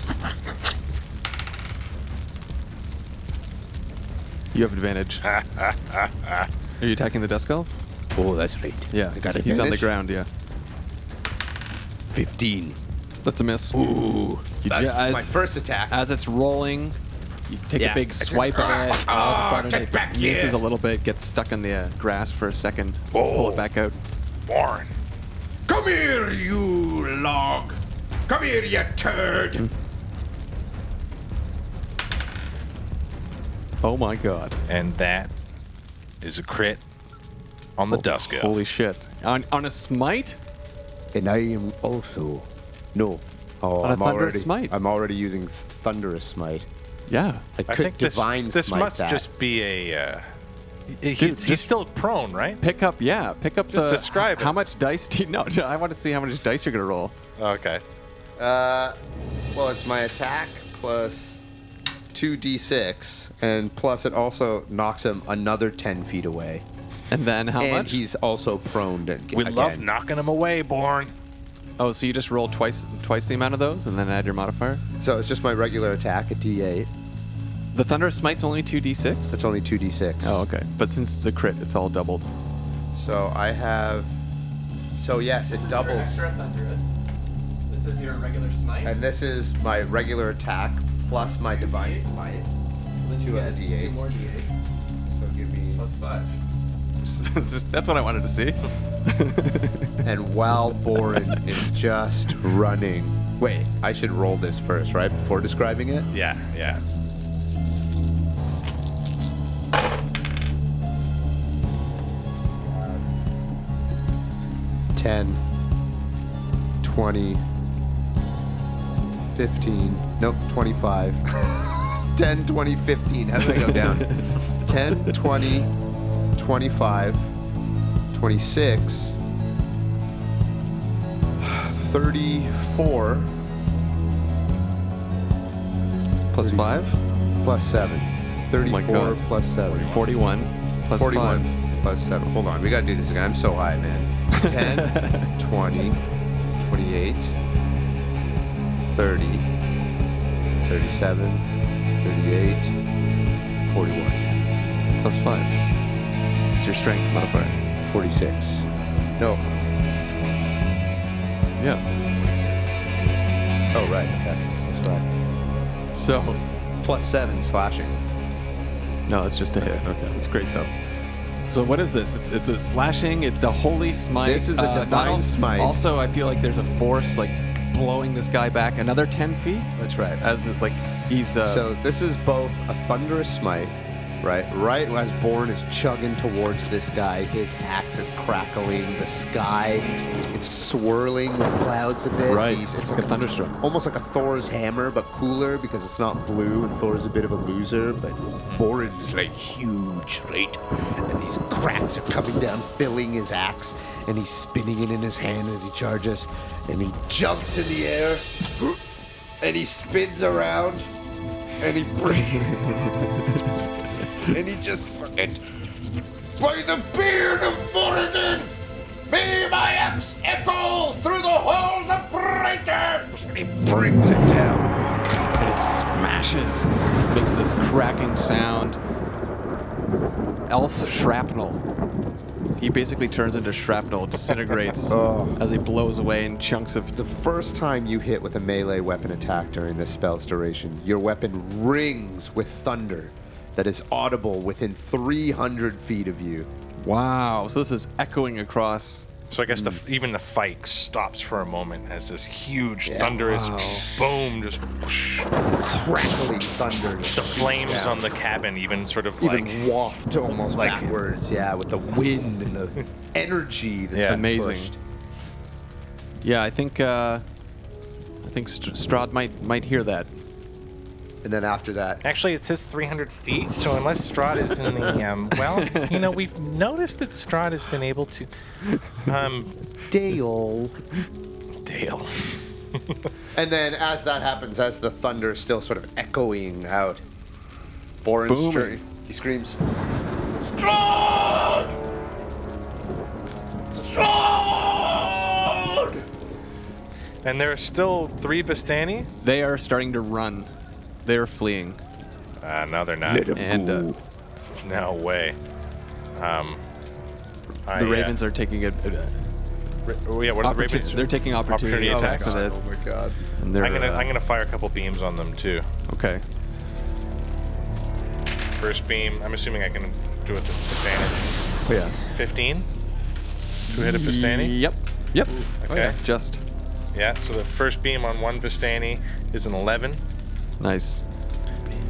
Speaker 2: You have advantage. are you attacking the desk elf?
Speaker 3: Oh, that's right.
Speaker 2: Yeah.
Speaker 3: I got it.
Speaker 2: He's on the
Speaker 8: Advantage?
Speaker 2: ground. Yeah.
Speaker 3: 15.
Speaker 2: That's a miss.
Speaker 3: Ooh.
Speaker 2: You
Speaker 8: That's
Speaker 2: ju- as,
Speaker 8: my first attack.
Speaker 2: as it's rolling, you take
Speaker 8: Yeah.
Speaker 2: a big
Speaker 8: It's-
Speaker 2: swipe at it. All of a sudden,
Speaker 3: get
Speaker 2: it
Speaker 3: back
Speaker 2: misses
Speaker 3: here.
Speaker 2: a little bit, gets stuck in the uh, grass for a second. Pull
Speaker 3: Oh.
Speaker 2: it back out.
Speaker 4: Born.
Speaker 3: Come here, you log. Come here, you turd.
Speaker 2: Oh my god.
Speaker 4: And that is a crit on the dusk elf.
Speaker 2: Holy shit. On, on a smite?
Speaker 8: And I am also. Oh, No. Oh,
Speaker 2: On a
Speaker 8: I'm
Speaker 2: thunderous
Speaker 8: already.
Speaker 2: smite.
Speaker 8: I'm already using s- thunderous smite.
Speaker 2: Yeah.
Speaker 8: I
Speaker 4: I
Speaker 8: could
Speaker 4: think this,
Speaker 8: divine
Speaker 4: this
Speaker 8: smite
Speaker 4: must
Speaker 8: that.
Speaker 4: just be a. Uh, he- he's, he's
Speaker 2: just-
Speaker 4: still prone, right?
Speaker 2: Pick up, yeah. Pick up
Speaker 4: Just
Speaker 2: the.
Speaker 4: describe
Speaker 2: How
Speaker 4: it.
Speaker 2: much dice do you. No, no, I want to see how much dice you're going to roll.
Speaker 4: Okay.
Speaker 8: Uh, well, it's my attack plus two d6, and plus it also knocks him another ten feet away,
Speaker 2: And then how
Speaker 8: and
Speaker 2: much?
Speaker 8: he's also prone to.
Speaker 4: We
Speaker 8: again.
Speaker 4: love knocking him away, Born.
Speaker 2: oh, so you just roll twice twice the amount of those and then add your modifier?
Speaker 8: So it's just my regular attack, a d8.
Speaker 2: The Thunderous Smite's only 2d6?
Speaker 8: It's only two d6.
Speaker 2: Oh, okay. But since it's a crit, it's all doubled.
Speaker 8: So I have. So yes, it doubles,
Speaker 2: Thunderous. This is your regular smite.
Speaker 8: and this is my regular attack plus my divine smite. Two other d8s. So give me.
Speaker 2: five. that's what I wanted to see.
Speaker 8: And while Boren is just running. Wait, I should roll this first, right? Before describing it?
Speaker 4: Yeah, yeah.
Speaker 8: Ten, twenty, fifteen. Nope, 25. 10, 20, 15. How did I go down? 10, 20, 25, 26, 34,
Speaker 2: Plus five?
Speaker 8: plus 7.
Speaker 2: Oh my
Speaker 8: 34
Speaker 2: God.
Speaker 8: plus 7.
Speaker 2: 41. Plus
Speaker 8: 41
Speaker 2: five.
Speaker 8: plus 7. Hold on. We got to do this again. I'm so high, man. 10, 20, 28, 30, 37, 38, 41,
Speaker 2: Plus five. It's your strength modifier.
Speaker 8: 46. No.
Speaker 2: Yeah.
Speaker 8: Oh, right. Okay. That's right.
Speaker 2: So.
Speaker 8: Plus seven slashing.
Speaker 2: No, it's just a hit. Okay. It's great though. So what is this? It's, it's a slashing. It's a holy smite. uh,
Speaker 8: This is a
Speaker 2: not
Speaker 8: divine
Speaker 2: al-
Speaker 8: smite.
Speaker 2: Also, I feel like there's a force like blowing this guy back another ten feet.
Speaker 8: That's right.
Speaker 2: As it's like he's uh,
Speaker 8: So this is both a thunderous smite, right? Right as Born is chugging towards this guy, his axe is crackling, the sky it's swirling with clouds of it.
Speaker 2: Right.
Speaker 8: He's-
Speaker 2: It's like a thunderstorm.
Speaker 8: Almost like a Thor's hammer, but cooler because it's not blue and Thor's a bit of a loser, but Borin's like huge, right? And these cracks are coming down, filling his axe, and he's spinning it in his hand as he charges, and he jumps in the air, and he spins around, and he breathes, and he just fucking by the beard of Borodin, be my axe echo through the halls of traitors! And he brings it down.
Speaker 2: and it smashes, makes this cracking sound. Elf shrapnel. He basically turns into shrapnel, disintegrates as he blows away in chunks of
Speaker 8: The first time you hit with a melee weapon attack during this spell's duration, your weapon rings with thunder that is audible within 300 feet of you.
Speaker 2: Wow. So this is echoing across.
Speaker 4: So I guess the, even the fight stops for a moment as this huge thunderous boom just whoosh,
Speaker 8: Crackling thunder.
Speaker 4: the flames on the cabin even sort of
Speaker 8: Even
Speaker 4: like
Speaker 8: waft almost
Speaker 4: like-
Speaker 8: backwards, yeah, with the wind and the energy that's
Speaker 4: Yeah.
Speaker 8: been
Speaker 2: Amazing.
Speaker 8: pushed.
Speaker 2: Yeah, I think uh, I think St- Strahd might might hear that.
Speaker 8: And then after that,
Speaker 4: Actually, it says 300 feet, so unless Strahd is in the, um, well, you know, we've noticed that Strahd has been able to, um,
Speaker 8: Dale.
Speaker 4: Dale.
Speaker 8: And then as that happens, as the thunder is still sort of echoing out, Boren's turn. He screams, Strong! Strong!
Speaker 4: And there are still three Vistani?
Speaker 2: They are starting to run. They are fleeing.
Speaker 4: Uh, no, they're not.
Speaker 2: And uh, the
Speaker 4: No way. Um, I, uh,
Speaker 2: Ravens are taking uh, a, a
Speaker 4: ra- oh, yeah, what are the
Speaker 2: opportu-
Speaker 4: Ravens?
Speaker 2: they're taking opportunity,
Speaker 4: Opportunity
Speaker 2: attacks. and
Speaker 4: attacks.
Speaker 8: Oh my god.
Speaker 2: they- and they're,
Speaker 4: I'm gonna,
Speaker 2: uh,
Speaker 4: I'm gonna fire a couple beams on them too.
Speaker 2: okay.
Speaker 4: First beam, I'm assuming I can do it with advantage.
Speaker 2: Oh, yeah.
Speaker 4: 15 to hit a Vistani?
Speaker 2: Yep. Yep. Oh,
Speaker 4: okay.
Speaker 2: yeah, Just
Speaker 4: Yeah, so the first beam on one Vistani is an 11.
Speaker 2: nice.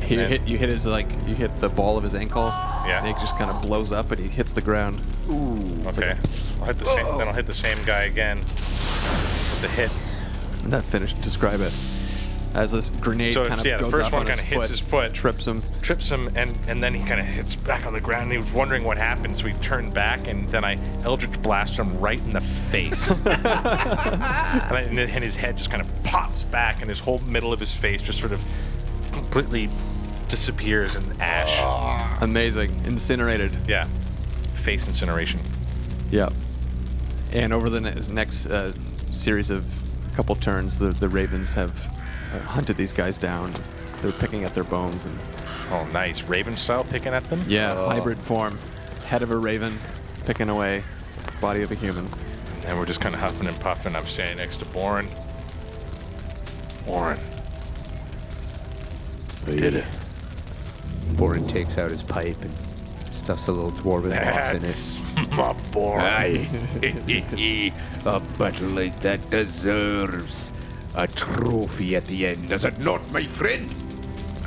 Speaker 2: He
Speaker 4: then-
Speaker 2: hit you hit his like you hit the ball of his ankle.
Speaker 4: Yeah.
Speaker 2: And he just kind of blows up and he hits the ground.
Speaker 4: Okay. I'll hit the same, then I'll hit the same guy again with the hit.
Speaker 2: And that finish. Describe it. As this grenade
Speaker 4: So
Speaker 2: kind
Speaker 4: it's-
Speaker 2: of
Speaker 4: yeah, the
Speaker 2: goes
Speaker 4: first
Speaker 2: up
Speaker 4: one
Speaker 2: on
Speaker 4: kinda hits his foot.
Speaker 2: trips him.
Speaker 4: Trips him, and, and then he kind of hits back on the ground. And he was wondering what happened, so he turned back, and then I Eldritch blast him right in the face. and, I, and then- and his head just kind of pops back, and his whole middle of his face just sort of completely disappears in ash.
Speaker 2: Amazing. Incinerated.
Speaker 4: Yeah. Face incineration.
Speaker 2: Yeah. And over the ne- next uh, series of couple turns, the, the Ravens have uh, hunted these guys down. They're picking at their bones and
Speaker 4: Oh, nice. Raven style picking at them?
Speaker 2: yeah, hybrid form, head of a raven, picking away, body of a human.
Speaker 4: And we're just kind of huffing and puffing. I'm standing next to Boren. Boren. We did it.
Speaker 8: Boren takes out his pipe and stuffs a little dwarven moss
Speaker 4: That's my Boren.
Speaker 3: Aye. a battle like that deserves a trophy at the end, does it not, my friend?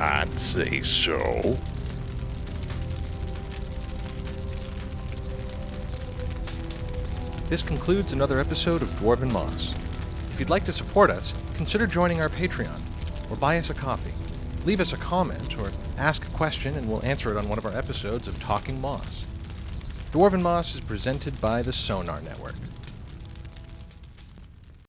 Speaker 4: I'd say so.
Speaker 10: This concludes another episode of Dwarven Moss. If you'd like to support us, consider joining our Patreon, or buy us a coffee. Leave us a comment, or ask a question, and we'll answer it on one of our episodes of Talking Moss. Dwarven Moss is presented by the Sonar Network.